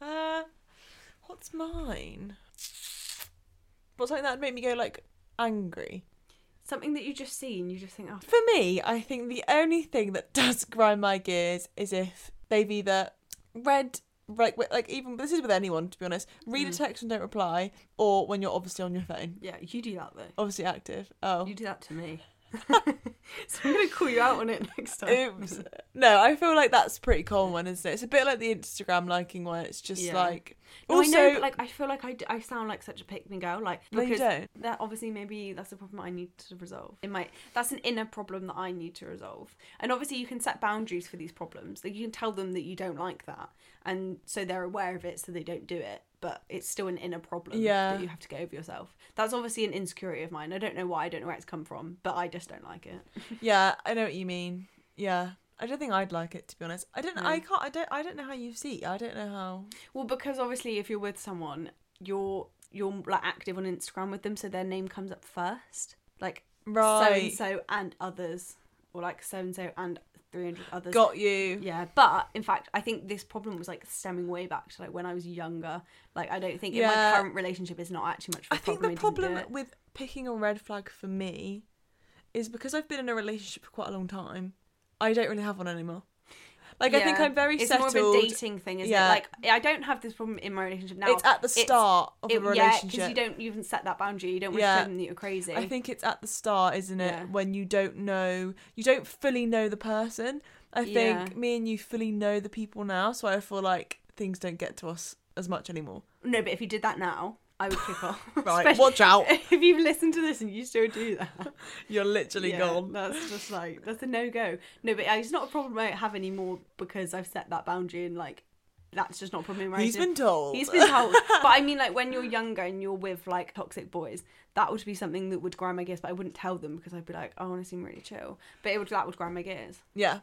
[SPEAKER 4] uh, what's mine? What's something that'd make me go like angry?
[SPEAKER 3] Something that you just see and you just think, oh,
[SPEAKER 4] For me, I think the only thing that does grind my gears is if they've either read like wi- like even this is with anyone to be honest read
[SPEAKER 3] Mm.
[SPEAKER 4] a text and don't reply or when you're obviously on your phone
[SPEAKER 3] yeah, you do that though.
[SPEAKER 4] obviously active oh
[SPEAKER 3] You do that to me. so I'm gonna call you out on it next time.
[SPEAKER 4] Oops. No, I feel like that's pretty common, isn't it? It's a bit like the Instagram liking one. It's just
[SPEAKER 3] Yeah.
[SPEAKER 4] like
[SPEAKER 3] No,
[SPEAKER 4] also
[SPEAKER 3] I know, but like I feel like I, d- I sound like such a pick me girl, like
[SPEAKER 4] No,
[SPEAKER 3] because
[SPEAKER 4] you don't.
[SPEAKER 3] that obviously maybe that's a problem I need to resolve. It might that's an inner problem that I need to resolve, and obviously you can set boundaries for these problems. Like you can tell them that you don't like that, and so they're aware of it, so they don't do it. But it's still an inner problem
[SPEAKER 4] Yeah.
[SPEAKER 3] that you have to get over yourself. That's obviously an insecurity of mine. I don't know why. I don't know where it's come from, but I just don't like it.
[SPEAKER 4] Yeah, I know what you mean. Yeah. I don't think I'd like it to be honest. I don't I can't I don't I don't know how you see. I don't know how
[SPEAKER 3] Well, because obviously, if you're with someone, you're you're like active on Instagram with them, so their name comes up first, like so and
[SPEAKER 4] Right.
[SPEAKER 3] so and others, or like so and so and three hundred others.
[SPEAKER 4] got you.
[SPEAKER 3] Yeah, but in fact, I think this problem was like stemming way back to like when I was younger. Like, I don't think in
[SPEAKER 4] Yeah.
[SPEAKER 3] my current relationship is not actually much. Of a
[SPEAKER 4] I think
[SPEAKER 3] problem.
[SPEAKER 4] the
[SPEAKER 3] it doesn't do
[SPEAKER 4] problem
[SPEAKER 3] it.
[SPEAKER 4] with picking a red flag for me is because I've been in a relationship for quite a long time, I don't really have one anymore. Like I think
[SPEAKER 3] Yeah.
[SPEAKER 4] I'm very
[SPEAKER 3] it's
[SPEAKER 4] settled.
[SPEAKER 3] more of a dating thing, isn't
[SPEAKER 4] Yeah.
[SPEAKER 3] it? Like, I don't have this problem in my relationship now.
[SPEAKER 4] It's at the start of a relationship.
[SPEAKER 3] because you don't even set that boundary. You don't want to
[SPEAKER 4] Yeah.
[SPEAKER 3] show them that you're crazy.
[SPEAKER 4] I think it's at the start, isn't it?
[SPEAKER 3] Yeah.
[SPEAKER 4] When you don't know, you don't fully know the person. I think
[SPEAKER 3] Yeah.
[SPEAKER 4] me and you fully know the people now, so I feel like things don't get to us as much anymore.
[SPEAKER 3] No, but if you did that now, I would kick off.
[SPEAKER 4] Right,
[SPEAKER 3] Especially-
[SPEAKER 4] watch out.
[SPEAKER 3] If you've listened to this and you still do that,
[SPEAKER 4] You're literally
[SPEAKER 3] yeah,
[SPEAKER 4] gone.
[SPEAKER 3] That's just like that's a no go. No, but it's not a problem I have anymore because I've set that boundary and like that's just not a problem. in my
[SPEAKER 4] He's been
[SPEAKER 3] relationship.
[SPEAKER 4] told.
[SPEAKER 3] He's been told. but I mean, like when you're younger and you're with like toxic boys, that would be something that would grind my gears. But I wouldn't tell them because I'd be like, "Oh, I want to seem really chill. But it would that would grind my gears.
[SPEAKER 4] yeah.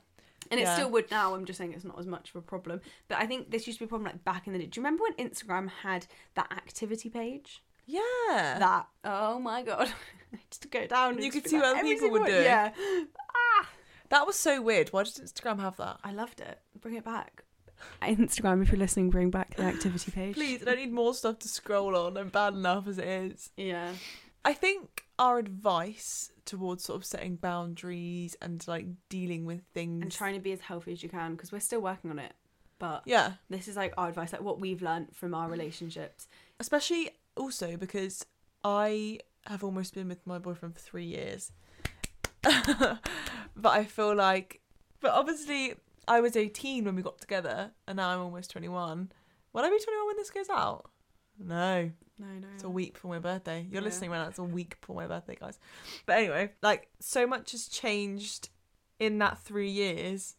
[SPEAKER 3] And it
[SPEAKER 4] Yeah.
[SPEAKER 3] still would now. I'm just saying it's not as much of a problem. But I think this used to be a problem like back in the day. Do you remember when Instagram had that activity page?
[SPEAKER 4] Yeah.
[SPEAKER 3] that oh my god just to go down and
[SPEAKER 4] You
[SPEAKER 3] just
[SPEAKER 4] could
[SPEAKER 3] be
[SPEAKER 4] see
[SPEAKER 3] like,
[SPEAKER 4] what other
[SPEAKER 3] every
[SPEAKER 4] people would
[SPEAKER 3] single one-
[SPEAKER 4] do.
[SPEAKER 3] yeah
[SPEAKER 4] That was so weird. Why does Instagram have that?
[SPEAKER 3] i loved it bring it back instagram if you're listening bring back the activity page
[SPEAKER 4] Please, I don't need more stuff to scroll on. I'm bad enough as it is.
[SPEAKER 3] yeah
[SPEAKER 4] I think our advice towards sort of setting boundaries and like dealing with things
[SPEAKER 3] and trying to be as healthy as you can because we're still working on it but
[SPEAKER 4] Yeah.
[SPEAKER 3] this is like our advice like what we've learned from our relationships
[SPEAKER 4] especially also because I have almost been with my boyfriend for three years. but I feel like, but obviously, I was 18 when we got together, and now I'm almost 21. Will I be 21 when this goes out? No,
[SPEAKER 3] No, no.
[SPEAKER 4] it's a week for my birthday. You're
[SPEAKER 3] Yeah.
[SPEAKER 4] listening right now, it's a week for my birthday, guys. But anyway, like, so much has changed in that three years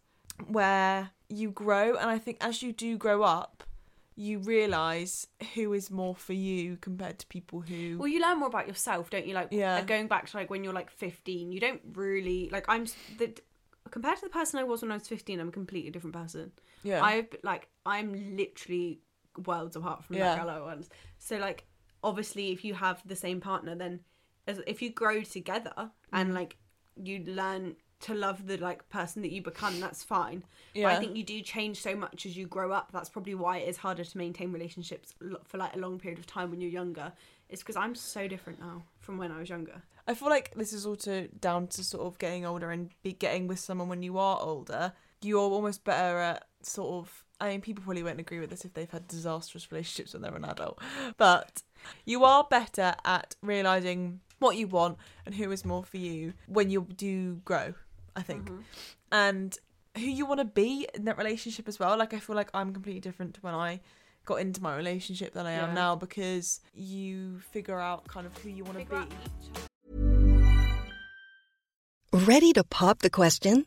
[SPEAKER 4] where you grow, and I think as you do grow up, you realise who is more for you compared to people who.
[SPEAKER 3] Well, you learn more about yourself, don't you? Like,
[SPEAKER 4] Yeah.
[SPEAKER 3] like, going back to like when you're like 15, you don't really like. I'm s- the compared to the person I was when I was 15, I'm a completely different person.
[SPEAKER 4] yeah.
[SPEAKER 3] I've like I'm literally worlds apart from
[SPEAKER 4] Yeah.
[SPEAKER 3] that girl I was. So like, obviously, if you have the same partner, then as if you grow together
[SPEAKER 4] Mm.
[SPEAKER 3] and like you learn to love the like person that you become, that's fine. But
[SPEAKER 4] Yeah.
[SPEAKER 3] I think you do change so much as you grow up. That's probably why it is harder to maintain relationships lo- for like a long period of time when you're younger. It's because I'm so different now from when I was younger.
[SPEAKER 4] I feel like this is also down to sort of getting older and be getting with someone when you are older. You're almost better at sort of. I mean, people probably won't agree with this if they've had disastrous relationships when they're an adult, but you are better at realizing what you want and who is more for you when you do grow. I think, and who you want to be in that relationship as well. Like I feel like I'm completely different to when I got into my relationship than I am
[SPEAKER 3] Yeah.
[SPEAKER 4] now because you figure out kind of who you want to be.
[SPEAKER 5] Ready to pop the question?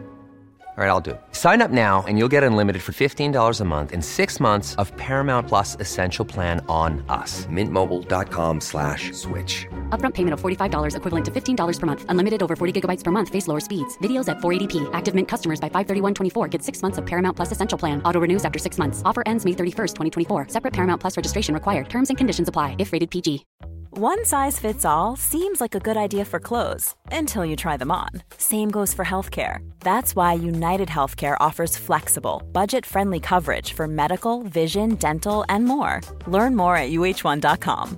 [SPEAKER 6] All right, I'll do it. Sign up now and you'll get unlimited for $15 a month in six months of Paramount Plus Essential Plan on us. Mintmobile.com slash switch.
[SPEAKER 7] Upfront payment of $45 equivalent to $15 per month. Unlimited over 40 gigabytes per month. Face lower speeds. Videos at 480p. Active Mint customers by 531.24 get six months of Paramount Plus Essential Plan. Auto renews after six months. Offer ends May 31st, 2024. Separate Paramount Plus registration required. Terms and conditions apply if rated PG.
[SPEAKER 8] One size fits all seems like a good idea for clothes until you try them on. Same goes for healthcare. That's why United Healthcare offers flexible, budget friendly coverage for medical, vision, dental, and more. Learn more at uh1.com.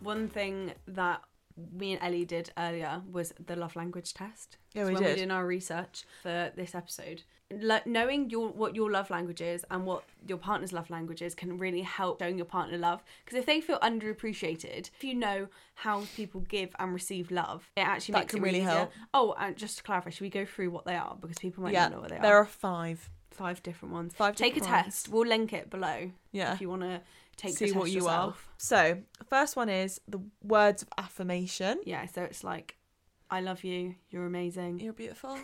[SPEAKER 3] One thing that me and Ellie did earlier was the love language test.
[SPEAKER 4] Yeah,
[SPEAKER 3] It's
[SPEAKER 4] we
[SPEAKER 3] when we
[SPEAKER 4] did.
[SPEAKER 3] were doing our research for this episode. Lo- knowing your what your love language is and what your partner's love language is can really help showing your partner love. Because if they feel underappreciated, if you know how people give and receive love, it actually
[SPEAKER 4] That
[SPEAKER 3] makes
[SPEAKER 4] can
[SPEAKER 3] it really
[SPEAKER 4] really
[SPEAKER 3] easier.
[SPEAKER 4] help.
[SPEAKER 3] Oh, and just to clarify, should we go through what they are because people might
[SPEAKER 4] yeah,
[SPEAKER 3] not know what they
[SPEAKER 4] there
[SPEAKER 3] are.
[SPEAKER 4] are five.
[SPEAKER 3] Five different ones.
[SPEAKER 4] five
[SPEAKER 3] Take
[SPEAKER 4] different
[SPEAKER 3] a
[SPEAKER 4] ones.
[SPEAKER 3] test. We'll link it below.
[SPEAKER 4] Yeah.
[SPEAKER 3] If you want to take
[SPEAKER 4] See
[SPEAKER 3] the test
[SPEAKER 4] what you
[SPEAKER 3] yourself.
[SPEAKER 4] are. So, first one is the words of affirmation.
[SPEAKER 3] yeah so it's like i love you you're amazing
[SPEAKER 4] You're beautiful.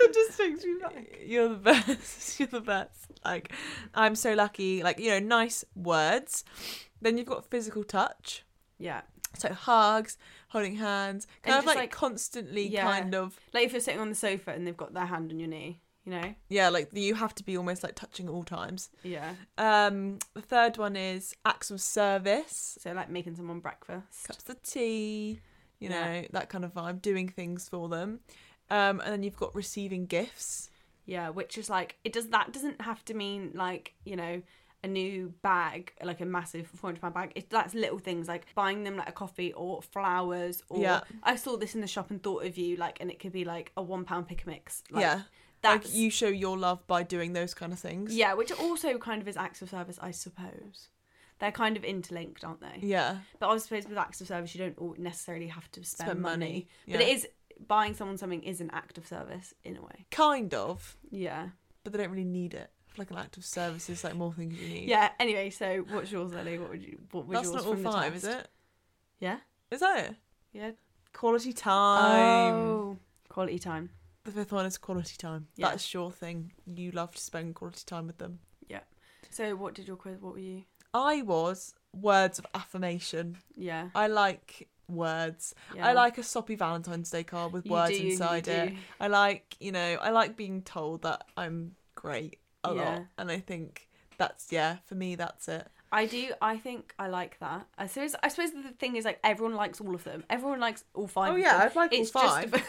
[SPEAKER 4] it just takes me back. You're the best. You're the best. Like, I'm so lucky. Like, you know, nice words. Then you've got physical touch.
[SPEAKER 3] yeah
[SPEAKER 4] So hugs, holding hands,
[SPEAKER 3] And
[SPEAKER 4] kind of
[SPEAKER 3] just,
[SPEAKER 4] like,
[SPEAKER 3] like-
[SPEAKER 4] constantly
[SPEAKER 3] yeah.
[SPEAKER 4] kind of
[SPEAKER 3] like if you're sitting on the sofa and they've got their hand on your knee you know
[SPEAKER 4] yeah, like you have to be almost like touching at all times.
[SPEAKER 3] yeah
[SPEAKER 4] Um the third one is acts of service.
[SPEAKER 3] so like making someone breakfast
[SPEAKER 4] cups of tea, you know,
[SPEAKER 3] Yeah.
[SPEAKER 4] that kind of vibe, doing things for them. Um, and then you've got receiving gifts.
[SPEAKER 3] yeah which is like it does that doesn't have to mean like you know a new bag like a massive 400 pound bag it, that's little things like buying them like a coffee or flowers or
[SPEAKER 4] Yeah.
[SPEAKER 3] i saw this in the shop and thought of you like and it could be like a one pound pick a mix like,
[SPEAKER 4] yeah.
[SPEAKER 3] that's
[SPEAKER 4] Like you show your love by doing those kind of things.
[SPEAKER 3] yeah which also kind of is acts of service i suppose They're kind of interlinked, aren't they?
[SPEAKER 4] Yeah.
[SPEAKER 3] But I suppose with acts of service, you don't al- necessarily have to spend,
[SPEAKER 4] Spend
[SPEAKER 3] money.
[SPEAKER 4] money,
[SPEAKER 3] But it
[SPEAKER 4] yeah.
[SPEAKER 3] is buying someone something is an act of service in a way.
[SPEAKER 4] Kind of,
[SPEAKER 3] Yeah.
[SPEAKER 4] but they don't really need it. Like an act of service is like more things you need.
[SPEAKER 3] Yeah. Anyway, so what's yours, Ellie? What would you? What was
[SPEAKER 4] That's
[SPEAKER 3] yours
[SPEAKER 4] not all
[SPEAKER 3] from the
[SPEAKER 4] five, is
[SPEAKER 3] test?
[SPEAKER 4] it?
[SPEAKER 3] Yeah.
[SPEAKER 4] Is that it?
[SPEAKER 3] Yeah.
[SPEAKER 4] Quality time.
[SPEAKER 3] Oh, quality time.
[SPEAKER 4] The fifth one is quality time.
[SPEAKER 3] Yeah.
[SPEAKER 4] That's your thing. You love to spend quality time with them.
[SPEAKER 3] Yeah. So what did your quiz? What were you?
[SPEAKER 4] I was words of affirmation.
[SPEAKER 3] Yeah.
[SPEAKER 4] I like words.
[SPEAKER 3] Yeah.
[SPEAKER 4] I like a soppy Valentine's Day card with
[SPEAKER 3] You
[SPEAKER 4] words
[SPEAKER 3] do, you
[SPEAKER 4] inside it.
[SPEAKER 3] do.
[SPEAKER 4] I like, you know, I like being told that I'm great a lot.
[SPEAKER 3] Yeah.
[SPEAKER 4] And I think that's yeah, for me that's it.
[SPEAKER 3] I do. I think I like that. I suppose. I suppose the thing is like everyone likes all of them. Everyone likes all five.
[SPEAKER 4] Oh,
[SPEAKER 3] of
[SPEAKER 4] yeah,
[SPEAKER 3] them.
[SPEAKER 4] I'd like all five.
[SPEAKER 3] about-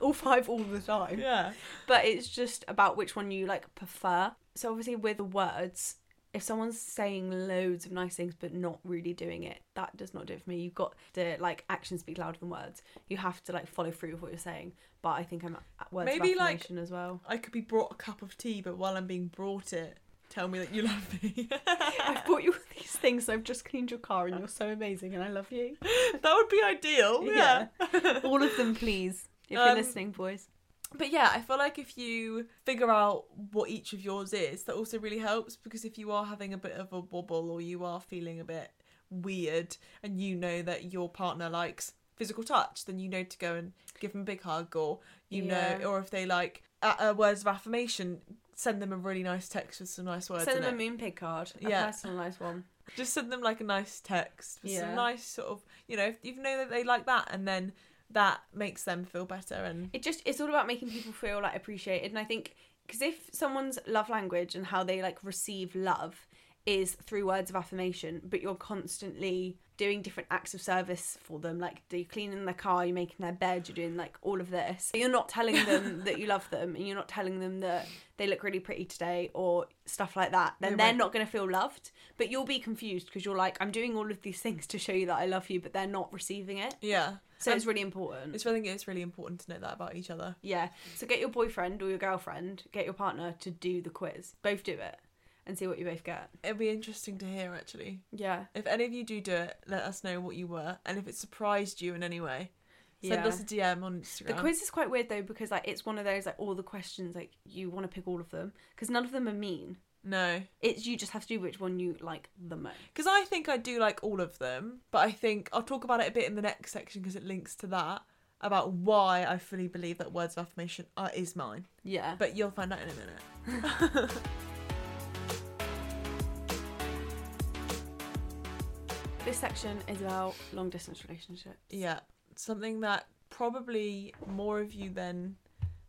[SPEAKER 3] all five all the time.
[SPEAKER 4] Yeah.
[SPEAKER 3] But it's just about which one you like prefer. So obviously with the words, if someone's saying loads of nice things but not really doing it, that does not do it for me. You've got to like actions speak louder than words. You have to like follow through with what you're saying. But I think I'm at words
[SPEAKER 4] Maybe,
[SPEAKER 3] of
[SPEAKER 4] like-
[SPEAKER 3] affirmation as well.
[SPEAKER 4] I could be brought a cup of tea, but while I'm being brought it, tell me that you love me.
[SPEAKER 3] I've bought you all these things. I've just cleaned your car, and you're so amazing, and I love you.
[SPEAKER 4] that would be ideal.
[SPEAKER 3] Yeah.
[SPEAKER 4] Yeah.
[SPEAKER 3] All of them, please. If you're
[SPEAKER 4] Um,
[SPEAKER 3] listening, boys.
[SPEAKER 4] But yeah, I feel like if you figure out what each of yours is, that also really helps because if you are having a bit of a wobble or you are feeling a bit weird and you know that your partner likes physical touch, then you know to go and give them a big hug or you
[SPEAKER 3] Yeah.
[SPEAKER 4] know or if they like uh, uh, words of affirmation, send them a really nice text with some nice words in
[SPEAKER 3] Send them a
[SPEAKER 4] it.
[SPEAKER 3] moon pig card. A
[SPEAKER 4] Yeah.
[SPEAKER 3] personalised one.
[SPEAKER 4] Just send them like a nice text with
[SPEAKER 3] Yeah.
[SPEAKER 4] some nice sort of, you know, if you know that they like that and then that makes them feel better and
[SPEAKER 3] It just it's all about making people feel like appreciated, and I think because if someone's love language and how they like receive love is through words of affirmation, but you're constantly doing different acts of service for them, like you're cleaning their car, you're making their bed, you're doing like all of this. You're not telling them that you love them, and you're not telling them that they look really pretty today or stuff like that. Then they're not going to feel loved, but you'll be confused because you're like, I'm doing all of these things to show you that I love you, but they're not receiving it.
[SPEAKER 4] yeah.
[SPEAKER 3] So
[SPEAKER 4] And
[SPEAKER 3] it's really important.
[SPEAKER 4] It's I think it's really important to know that about each other.
[SPEAKER 3] Yeah. So get your boyfriend or your girlfriend, get your partner to do the quiz. Both do it and see what you both get.
[SPEAKER 4] It'd be interesting to hear actually.
[SPEAKER 3] Yeah.
[SPEAKER 4] If any of you do do it, let us know what you were and if it surprised you in any way. Send
[SPEAKER 3] Yeah.
[SPEAKER 4] us a DM on Instagram.
[SPEAKER 3] The quiz is quite weird though because like it's one of those like all the questions like you want to pick all of them because none of them are mean.
[SPEAKER 4] No,
[SPEAKER 3] It's you just have to do which one you like the most.
[SPEAKER 4] because I think I do like all of them, but I think I'll talk about it a bit in the next section because it links to that about why I fully believe that words of affirmation are, is mine.
[SPEAKER 3] Yeah.
[SPEAKER 4] But you'll find out in a minute.
[SPEAKER 3] this section is about long distance relationships.
[SPEAKER 4] Yeah, something that probably more of you than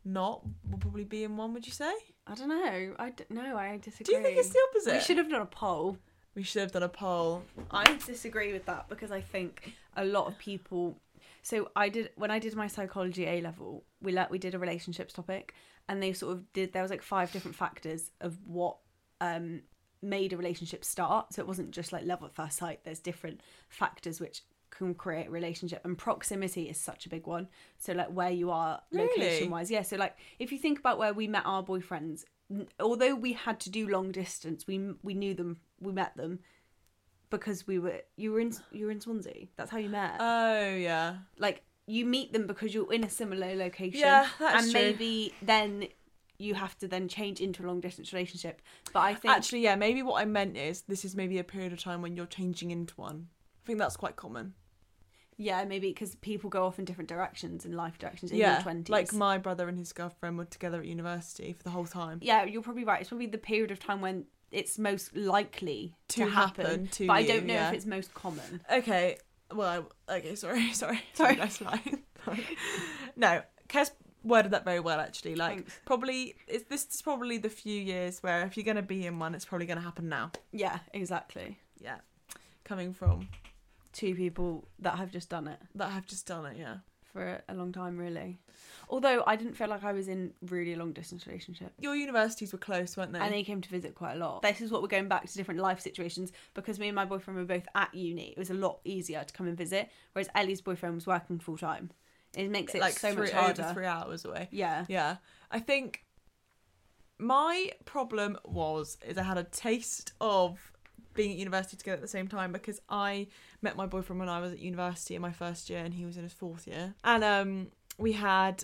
[SPEAKER 4] not will probably be in one. Would you say?
[SPEAKER 3] I don't know. I d- no, I disagree.
[SPEAKER 4] Do you think it's the opposite?
[SPEAKER 3] We should have done a poll.
[SPEAKER 4] We should have done a poll.
[SPEAKER 3] I disagree with that because I think a lot of people. So I did when I did my psychology A level, we like we did a relationships topic, and they sort of did. There was like five different factors of what um, made a relationship start. So it wasn't just like love at first sight. There's different factors which can create a relationship, and proximity is such a big one. So like where you are
[SPEAKER 4] Really?
[SPEAKER 3] location wise, yeah. So like if you think about where we met our boyfriends, n- although we had to do long distance, we we knew them, we met them because we were you were in you were in Swansea. That's how you met.
[SPEAKER 4] Oh yeah.
[SPEAKER 3] like you meet them because you're in a similar location.
[SPEAKER 4] Yeah, that's
[SPEAKER 3] and
[SPEAKER 4] true.
[SPEAKER 3] maybe then you have to then change into a long distance relationship. But I think
[SPEAKER 4] Actually, yeah, maybe what I meant is this is maybe a period of time when you're changing into one. I think that's quite common.
[SPEAKER 3] yeah, maybe because people go off in different directions in life directions in your
[SPEAKER 4] yeah,
[SPEAKER 3] twenties.
[SPEAKER 4] like my brother and his girlfriend were together at university for the whole time.
[SPEAKER 3] yeah, you're probably right. It's probably the period of time when it's most likely to,
[SPEAKER 4] To
[SPEAKER 3] happen.
[SPEAKER 4] happen to
[SPEAKER 3] but I
[SPEAKER 4] you,
[SPEAKER 3] don't know
[SPEAKER 4] yeah.
[SPEAKER 3] if it's most common.
[SPEAKER 4] Okay, well, I- okay, sorry, sorry, sorry, that's fine. no, Kes worded that very well actually. Like,
[SPEAKER 3] Thanks.
[SPEAKER 4] probably it's, this is probably the few years where if you're gonna be in one, it's probably gonna happen now.
[SPEAKER 3] Yeah, exactly.
[SPEAKER 4] Yeah, coming from
[SPEAKER 3] Two people that have just done it.
[SPEAKER 4] that, have just done it. Yeah.
[SPEAKER 3] for a long time, really. Although I didn't feel like I was in really a long distance relationship.
[SPEAKER 4] Your universities were close, weren't they?
[SPEAKER 3] And they came to visit quite a lot. This is what we're going back to different life situations because me and my boyfriend were both at uni. It was a lot easier to come and visit, whereas Ellie's boyfriend was working full time. It makes it
[SPEAKER 4] like
[SPEAKER 3] so
[SPEAKER 4] three,
[SPEAKER 3] much
[SPEAKER 4] over
[SPEAKER 3] harder.
[SPEAKER 4] three hours away.
[SPEAKER 3] Yeah.
[SPEAKER 4] Yeah. I think my problem was is I had a taste of being at university together at the same time because I met my boyfriend when I was at university in my first year and he was in his fourth year. And um, we had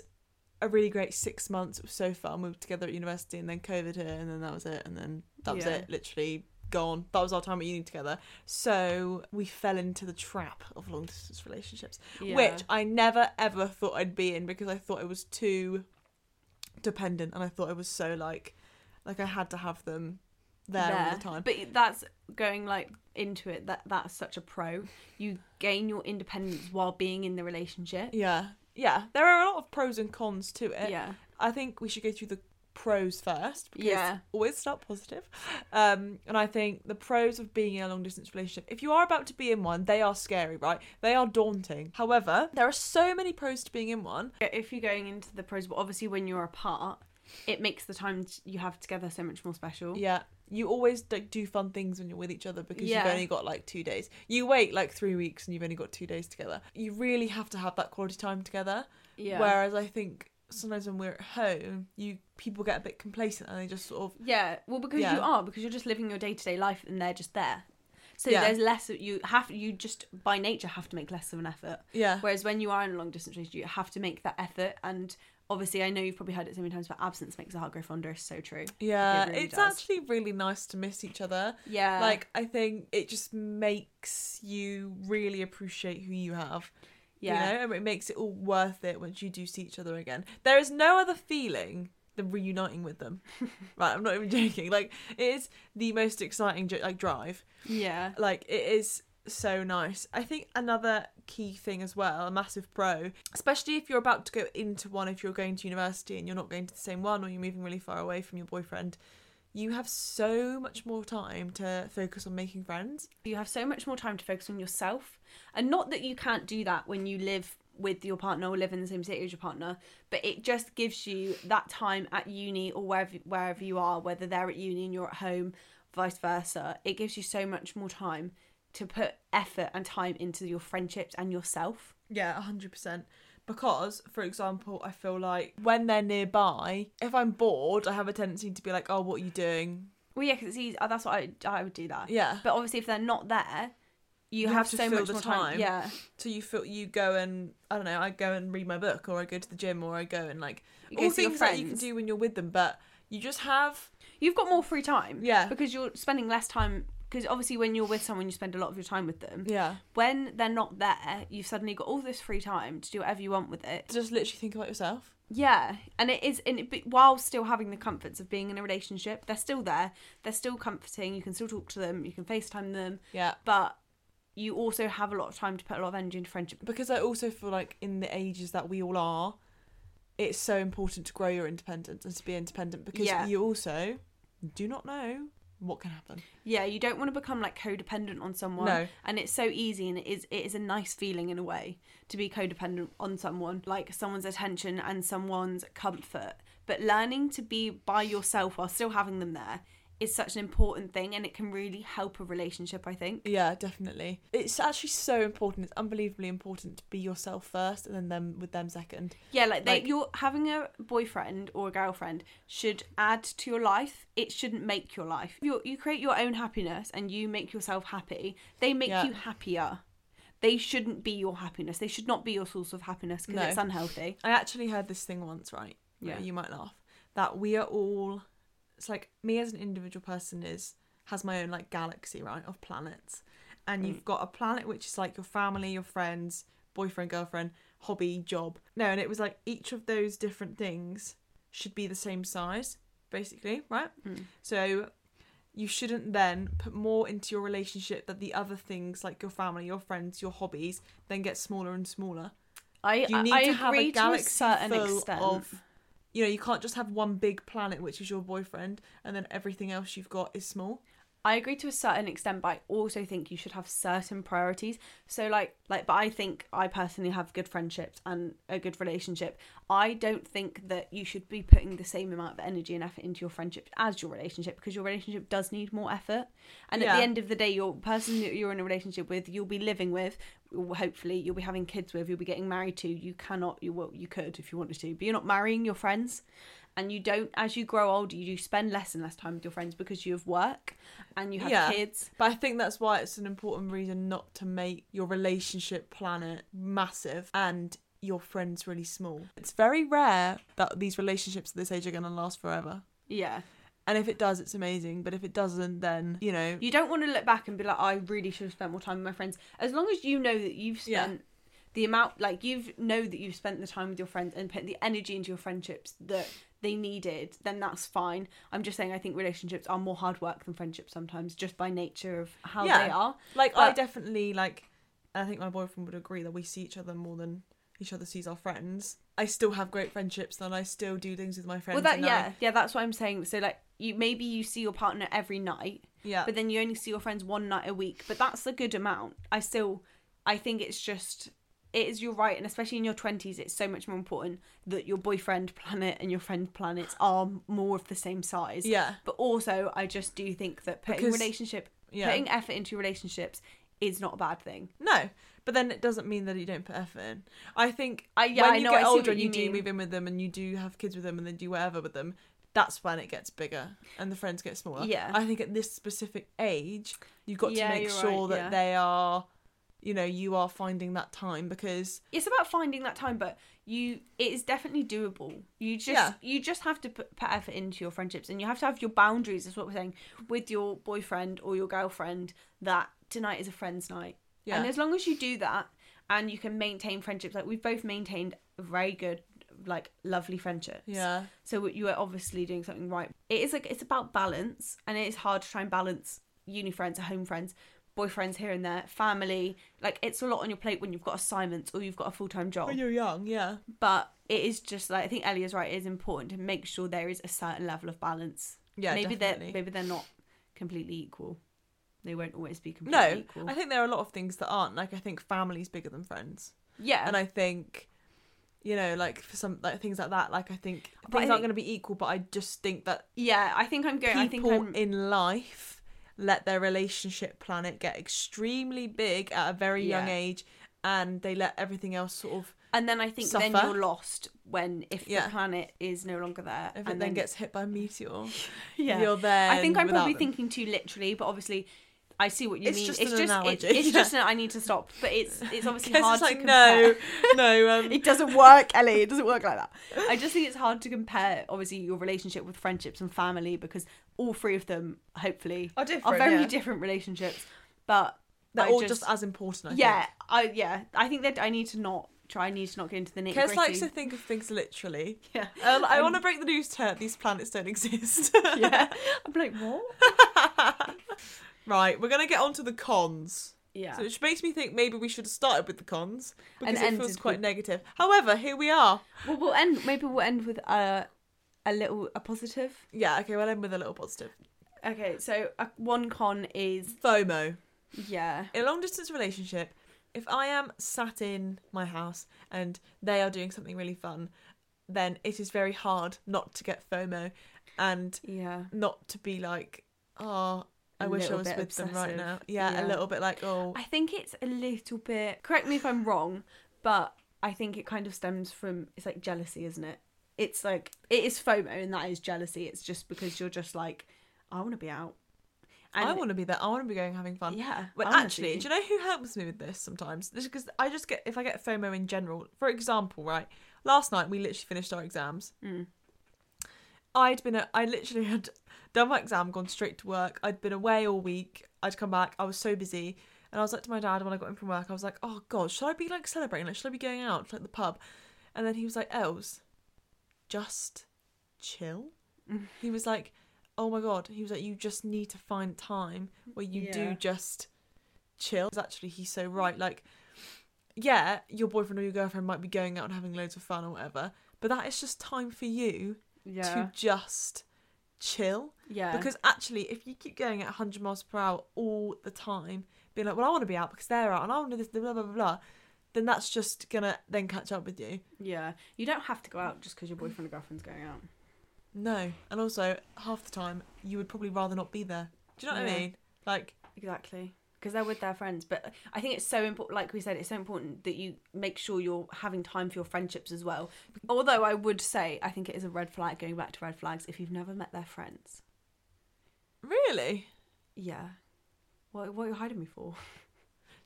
[SPEAKER 4] a really great six months. It was so fun. We were together at university and then COVID hit and then that was it. And then that was
[SPEAKER 3] Yeah.
[SPEAKER 4] it. Literally gone. That was our time at uni together. So we fell into the trap of long distance relationships,
[SPEAKER 3] Yeah.
[SPEAKER 4] which I never ever thought I'd be in because I thought it was too dependent and I thought it was so like, like I had to have them there, all the time.
[SPEAKER 3] But that's going like into it. That that's such a pro. You gain your independence while being in the relationship.
[SPEAKER 4] Yeah. Yeah. There are a lot of pros and cons to it.
[SPEAKER 3] Yeah.
[SPEAKER 4] I think we should go through the pros first because
[SPEAKER 3] Yeah.
[SPEAKER 4] always start positive. Um, and I think the pros of being in a long distance relationship, if you are about to be in one, they are scary, right? They are daunting. However, there are so many pros to being in one.
[SPEAKER 3] If you're going into the pros, but obviously when you're apart, it makes the time t- you have together so much more special.
[SPEAKER 4] Yeah. You always like do fun things when you're with each other because
[SPEAKER 3] Yeah.
[SPEAKER 4] you've only got like two days. You wait like three weeks and you've only got two days together. You really have to have that quality time together.
[SPEAKER 3] Yeah.
[SPEAKER 4] Whereas I think sometimes when we're at home, you people get a bit complacent and they just sort of
[SPEAKER 3] Yeah, well, because
[SPEAKER 4] Yeah.
[SPEAKER 3] you are because you're just living your day to day life, and they're just there. So
[SPEAKER 4] Yeah.
[SPEAKER 3] there's less. You have you just by nature have to make less of an effort.
[SPEAKER 4] Yeah.
[SPEAKER 3] Whereas when you are in a long distance relationship, you have to make that effort. And obviously, I know you've probably heard it so many times, but absence makes the heart grow fonder. Is so true.
[SPEAKER 4] Yeah,
[SPEAKER 3] It really
[SPEAKER 4] it's
[SPEAKER 3] does.
[SPEAKER 4] actually really nice to miss each other.
[SPEAKER 3] Yeah.
[SPEAKER 4] Like I think it just makes you really appreciate who you have.
[SPEAKER 3] Yeah.
[SPEAKER 4] You know, and it makes it all worth it once you do see each other again. There is no other feeling than reuniting with them. right, I'm not even joking. Like it is the most exciting jo- like drive.
[SPEAKER 3] Yeah.
[SPEAKER 4] Like it is so nice. I think another key thing as well, a massive pro, especially if you're about to go into one, if you're going to university and you're not going to the same one or you're moving really far away from your boyfriend, you have so much more time to focus on making friends.
[SPEAKER 3] You have so much more time to focus on yourself. And not that you can't do that when you live with your partner or live in the same city as your partner, but it just gives you that time at uni or wherever wherever you are, whether they're at uni and you're at home, vice versa. It gives you so much more time to put effort and time into your friendships and yourself.
[SPEAKER 4] Yeah, 100%. Because, for example, I feel like when they're nearby, if I'm bored, I have a tendency to be like, oh, what are you doing?
[SPEAKER 3] Well, yeah, because it's easy. oh, That's what I, I would do that.
[SPEAKER 4] Yeah.
[SPEAKER 3] But obviously, if they're not there, you,
[SPEAKER 4] You
[SPEAKER 3] have,
[SPEAKER 4] have to
[SPEAKER 3] so
[SPEAKER 4] fill
[SPEAKER 3] much
[SPEAKER 4] the
[SPEAKER 3] more time.
[SPEAKER 4] time.
[SPEAKER 3] Yeah.
[SPEAKER 4] So you feel you go and I don't know, I go and read my book or I go to the gym or I go and like
[SPEAKER 3] You go
[SPEAKER 4] all
[SPEAKER 3] see your
[SPEAKER 4] things that you can
[SPEAKER 3] friends.
[SPEAKER 4] do when you're with them, but you just have
[SPEAKER 3] you've got more free time
[SPEAKER 4] Yeah.
[SPEAKER 3] because you're spending less time because obviously when you're with someone you spend a lot of your time with them
[SPEAKER 4] Yeah.
[SPEAKER 3] when they're not there you've suddenly got all this free time to do whatever you want with it
[SPEAKER 4] just literally think about yourself.
[SPEAKER 3] yeah and it is and it, but while still having the comforts of being in a relationship they're still there they're still comforting you can still talk to them you can facetime them
[SPEAKER 4] Yeah.
[SPEAKER 3] but you also have a lot of time to put a lot of energy into friendship
[SPEAKER 4] Because I also feel like in the ages that we all are, it's so important to grow your independence and to be independent because
[SPEAKER 3] Yeah.
[SPEAKER 4] you also do not know what can happen.
[SPEAKER 3] yeah you don't want to become like codependent on someone
[SPEAKER 4] No.
[SPEAKER 3] and it's so easy and it is it is a nice feeling in a way to be codependent on someone like someone's attention and someone's comfort but learning to be by yourself while still having them there is such an important thing and it can really help a relationship i think
[SPEAKER 4] Yeah, definitely. It's actually so important. It's unbelievably important to be yourself first and then them with them second.
[SPEAKER 3] yeah like, they,
[SPEAKER 4] Like-
[SPEAKER 3] you're having a boyfriend or a girlfriend should add to your life it shouldn't make your life you you create your own happiness and you make yourself happy they make
[SPEAKER 4] Yeah.
[SPEAKER 3] you happier they shouldn't be your happiness they should not be your source of happiness because
[SPEAKER 4] No.
[SPEAKER 3] it's unhealthy
[SPEAKER 4] I actually heard this thing once, right?
[SPEAKER 3] Yeah.
[SPEAKER 4] Yeah. You might laugh. That we are all it's like me as an individual person is has my own like galaxy, right, of planets. And you've got a planet which is like your family, your friends, boyfriend, girlfriend, hobby, job. No, and it was like each of those different things should be the same size, basically, right? So you shouldn't then put more into your relationship that the other things like your family, your friends, your hobbies then get smaller and smaller.
[SPEAKER 3] I
[SPEAKER 4] You need
[SPEAKER 3] I
[SPEAKER 4] to have
[SPEAKER 3] agree
[SPEAKER 4] a galaxy
[SPEAKER 3] to a certain
[SPEAKER 4] full
[SPEAKER 3] extent.
[SPEAKER 4] of. You know, you can't just have one big planet, which is your boyfriend, and then everything else you've got is small.
[SPEAKER 3] I agree to a certain extent, but I also think you should have certain priorities. So like like but I think I personally have good friendships and a good relationship. I don't think that you should be putting the same amount of energy and effort into your friendship as your relationship because your relationship does need more effort. And at the
[SPEAKER 4] Yeah.
[SPEAKER 3] end of the day, your person that you're in a relationship with, you'll be living with, hopefully you'll be having kids with, you'll be getting married to. You cannot you well you could if you wanted to, but you're not marrying your friends. and you don't as you grow older you do spend less and less time with your friends because you have work and you have kids
[SPEAKER 4] But I think that's why it's an important reason not to make your relationship planet massive and your friends really small. It's very rare that these relationships at this age are going to last forever.
[SPEAKER 3] yeah
[SPEAKER 4] And if it does, it's amazing. But if it doesn't, then, you know,
[SPEAKER 3] you don't want to look back and be like i really should have spent more time with my friends as long as you know that you've
[SPEAKER 4] Yeah.
[SPEAKER 3] spent the amount like you've know that you've spent the time with your friends and put the energy into your friendships that they needed then that's fine i'm just saying i think relationships are more hard work than friendships sometimes just by nature of how they are
[SPEAKER 4] Like I
[SPEAKER 3] But-
[SPEAKER 4] definitely like and I think my boyfriend would agree that we see each other more than each other sees our friends. I still have great friendships and I still do things with my friends.
[SPEAKER 3] Well, that
[SPEAKER 4] and I-
[SPEAKER 3] yeah, yeah, that's what I'm saying. So like, you maybe you see your partner every night,
[SPEAKER 4] Yeah.
[SPEAKER 3] but then you only see your friends one night a week. But that's a good amount. I still, I think it's just, it is. You're right, and especially in your twenties, it's so much more important that your boyfriend planet and your friend planets are more of the same size.
[SPEAKER 4] Yeah.
[SPEAKER 3] But also, I just do think that putting
[SPEAKER 4] Because-
[SPEAKER 3] relationship,
[SPEAKER 4] yeah.
[SPEAKER 3] putting effort into relationships is not a bad thing.
[SPEAKER 4] No, but then it doesn't mean that you don't put effort in. I think
[SPEAKER 3] I- yeah,
[SPEAKER 4] when
[SPEAKER 3] I
[SPEAKER 4] you
[SPEAKER 3] know, I
[SPEAKER 4] get
[SPEAKER 3] see
[SPEAKER 4] older
[SPEAKER 3] what
[SPEAKER 4] and
[SPEAKER 3] you
[SPEAKER 4] you do
[SPEAKER 3] mean.
[SPEAKER 4] move in with them and you do have kids with them and then do whatever with them, that's when it gets bigger and the friends get smaller.
[SPEAKER 3] Yeah.
[SPEAKER 4] I think at this specific age, you've got
[SPEAKER 3] Yeah,
[SPEAKER 4] to make
[SPEAKER 3] you're right,
[SPEAKER 4] sure that
[SPEAKER 3] yeah.
[SPEAKER 4] they are, you know, you are finding that time because
[SPEAKER 3] it's about finding that time but you it is definitely doable you just
[SPEAKER 4] Yeah.
[SPEAKER 3] you just have to put, put effort into your friendships and you have to have your boundaries is what we're saying with your boyfriend or your girlfriend that tonight is a friends night
[SPEAKER 4] Yeah.
[SPEAKER 3] and as long as you do that and you can maintain friendships like we've both maintained very good like lovely friendships
[SPEAKER 4] Yeah.
[SPEAKER 3] so you are obviously doing something right it is like it's about balance and it is hard to try and balance uni friends home friends boyfriends here and there family like it's a lot on your plate when you've got assignments or you've got a full-time job
[SPEAKER 4] when you're young, yeah.
[SPEAKER 3] but it is just like I think Ellie is right. It is important to make sure there is a certain level of balance.
[SPEAKER 4] Yeah,
[SPEAKER 3] maybe they're
[SPEAKER 4] definitely.
[SPEAKER 3] maybe they're not completely equal. They won't always be completely
[SPEAKER 4] No,
[SPEAKER 3] equal.
[SPEAKER 4] I think there are a lot of things that aren't. Like I think family's bigger than friends,
[SPEAKER 3] yeah,
[SPEAKER 4] and I think, you know, like for some like things like that. Like I think
[SPEAKER 3] But I
[SPEAKER 4] things aren't
[SPEAKER 3] think-
[SPEAKER 4] going to be equal, but I just think that
[SPEAKER 3] yeah, I think I'm going. I think
[SPEAKER 4] people
[SPEAKER 3] I'm,
[SPEAKER 4] in life let their relationship planet get extremely big at a very young
[SPEAKER 3] Yeah.
[SPEAKER 4] age, and they let everything else sort of.
[SPEAKER 3] and then I think then
[SPEAKER 4] suffer.
[SPEAKER 3] you're lost when if
[SPEAKER 4] Yeah.
[SPEAKER 3] the planet is no longer there,
[SPEAKER 4] If it
[SPEAKER 3] and
[SPEAKER 4] then, gets hit by a meteor,
[SPEAKER 3] yeah.
[SPEAKER 4] you're there.
[SPEAKER 3] I think I'm
[SPEAKER 4] without
[SPEAKER 3] probably
[SPEAKER 4] them.
[SPEAKER 3] thinking too literally, but obviously. I see what you
[SPEAKER 4] It's
[SPEAKER 3] mean.
[SPEAKER 4] just
[SPEAKER 3] it's
[SPEAKER 4] an
[SPEAKER 3] just it's,
[SPEAKER 4] analogy.
[SPEAKER 3] it's
[SPEAKER 4] Yeah.
[SPEAKER 3] just an, I need to stop, but it's it's obviously
[SPEAKER 4] 'Cause
[SPEAKER 3] hard
[SPEAKER 4] it's
[SPEAKER 3] to
[SPEAKER 4] like
[SPEAKER 3] compare.
[SPEAKER 4] no, no. Um,
[SPEAKER 3] it doesn't work, Ellie. It doesn't work like that. I just think it's hard to compare, obviously, your relationship with friendships and family because all three of them, hopefully,
[SPEAKER 4] Are different,
[SPEAKER 3] very
[SPEAKER 4] yeah.
[SPEAKER 3] different relationships. But
[SPEAKER 4] they're
[SPEAKER 3] I
[SPEAKER 4] all just, as important. I
[SPEAKER 3] yeah,
[SPEAKER 4] think.
[SPEAKER 3] I yeah, I think that I need to not try. I need to not get into the nitty
[SPEAKER 4] Kes
[SPEAKER 3] gritty.
[SPEAKER 4] likes to think of things literally.
[SPEAKER 3] Yeah.
[SPEAKER 4] Uh, I want to break the news to her. These planets don't exist.
[SPEAKER 3] yeah, I'm like what?
[SPEAKER 4] right, we're gonna get on to the cons.
[SPEAKER 3] Yeah.
[SPEAKER 4] So which makes me think maybe we should have started with the cons because it
[SPEAKER 3] ended
[SPEAKER 4] feels quite
[SPEAKER 3] with-
[SPEAKER 4] negative. However, here we are.
[SPEAKER 3] well, we'll end. Maybe we'll end with a a little a positive.
[SPEAKER 4] Yeah. Okay. We'll end with a little positive.
[SPEAKER 3] Okay, so uh, one con is
[SPEAKER 4] FOMO.
[SPEAKER 3] yeah.
[SPEAKER 4] In a long distance relationship, if I am sat in my house and they are doing something really fun, then it is very hard not to get FOMO and
[SPEAKER 3] Yeah.
[SPEAKER 4] not to be like, oh, I
[SPEAKER 3] A
[SPEAKER 4] wish I
[SPEAKER 3] little
[SPEAKER 4] was with
[SPEAKER 3] bit
[SPEAKER 4] them right
[SPEAKER 3] obsessive.
[SPEAKER 4] now. Yeah,
[SPEAKER 3] Yeah.
[SPEAKER 4] a little bit like, oh,
[SPEAKER 3] I think it's a little bit. Correct me if I'm wrong, but I think it kind of stems from it's like jealousy, isn't it? It's like it is FOMO, and that is jealousy. It's just because you're just like, I want to be out.
[SPEAKER 4] I want to be there. I want to be going having fun.
[SPEAKER 3] Yeah,
[SPEAKER 4] But
[SPEAKER 3] I wanna
[SPEAKER 4] actually,
[SPEAKER 3] be.
[SPEAKER 4] do you know who helps me with this sometimes? Because I just get if I get FOMO in general. For example, right last night we literally finished our exams.
[SPEAKER 3] Mm.
[SPEAKER 4] I'd been a, I literally had done my exam, gone straight to work. I'd been away all week. I'd come back. I was so busy. And I was like to my dad when I got in from work, I was like, oh God, should I be like celebrating? Like, should I be going out to like the pub? And then he was like, Els, just chill. He was like, oh my God. He was like, you just need to find time where you do
[SPEAKER 3] Yeah.
[SPEAKER 4] just chill. 'Cause Actually, he's so right. Like, yeah, your boyfriend or your girlfriend might be going out and having loads of fun or whatever, but that is just time for you
[SPEAKER 3] Yeah.
[SPEAKER 4] to just chill.
[SPEAKER 3] Yeah.
[SPEAKER 4] Because actually, if you keep going at 100 miles per hour all the time, being like, well, I want to be out because they're out and I want to do this, blah, blah, blah, blah, then that's just going to then catch up with you.
[SPEAKER 3] Yeah. You don't have to go out just because your boyfriend or girlfriend's going out.
[SPEAKER 4] No. And also, half the time, you would probably rather not be there. Do you know what
[SPEAKER 3] Yeah.
[SPEAKER 4] I mean? Like,
[SPEAKER 3] Exactly. because they're with their friends. But I think it's so important, like we said, it's so important that you make sure you're having time for your friendships as well. Although I would say, I think it is a red flag, going back to red flags, if you've never met their friends.
[SPEAKER 4] Really?
[SPEAKER 3] Yeah. What, what are you hiding me for?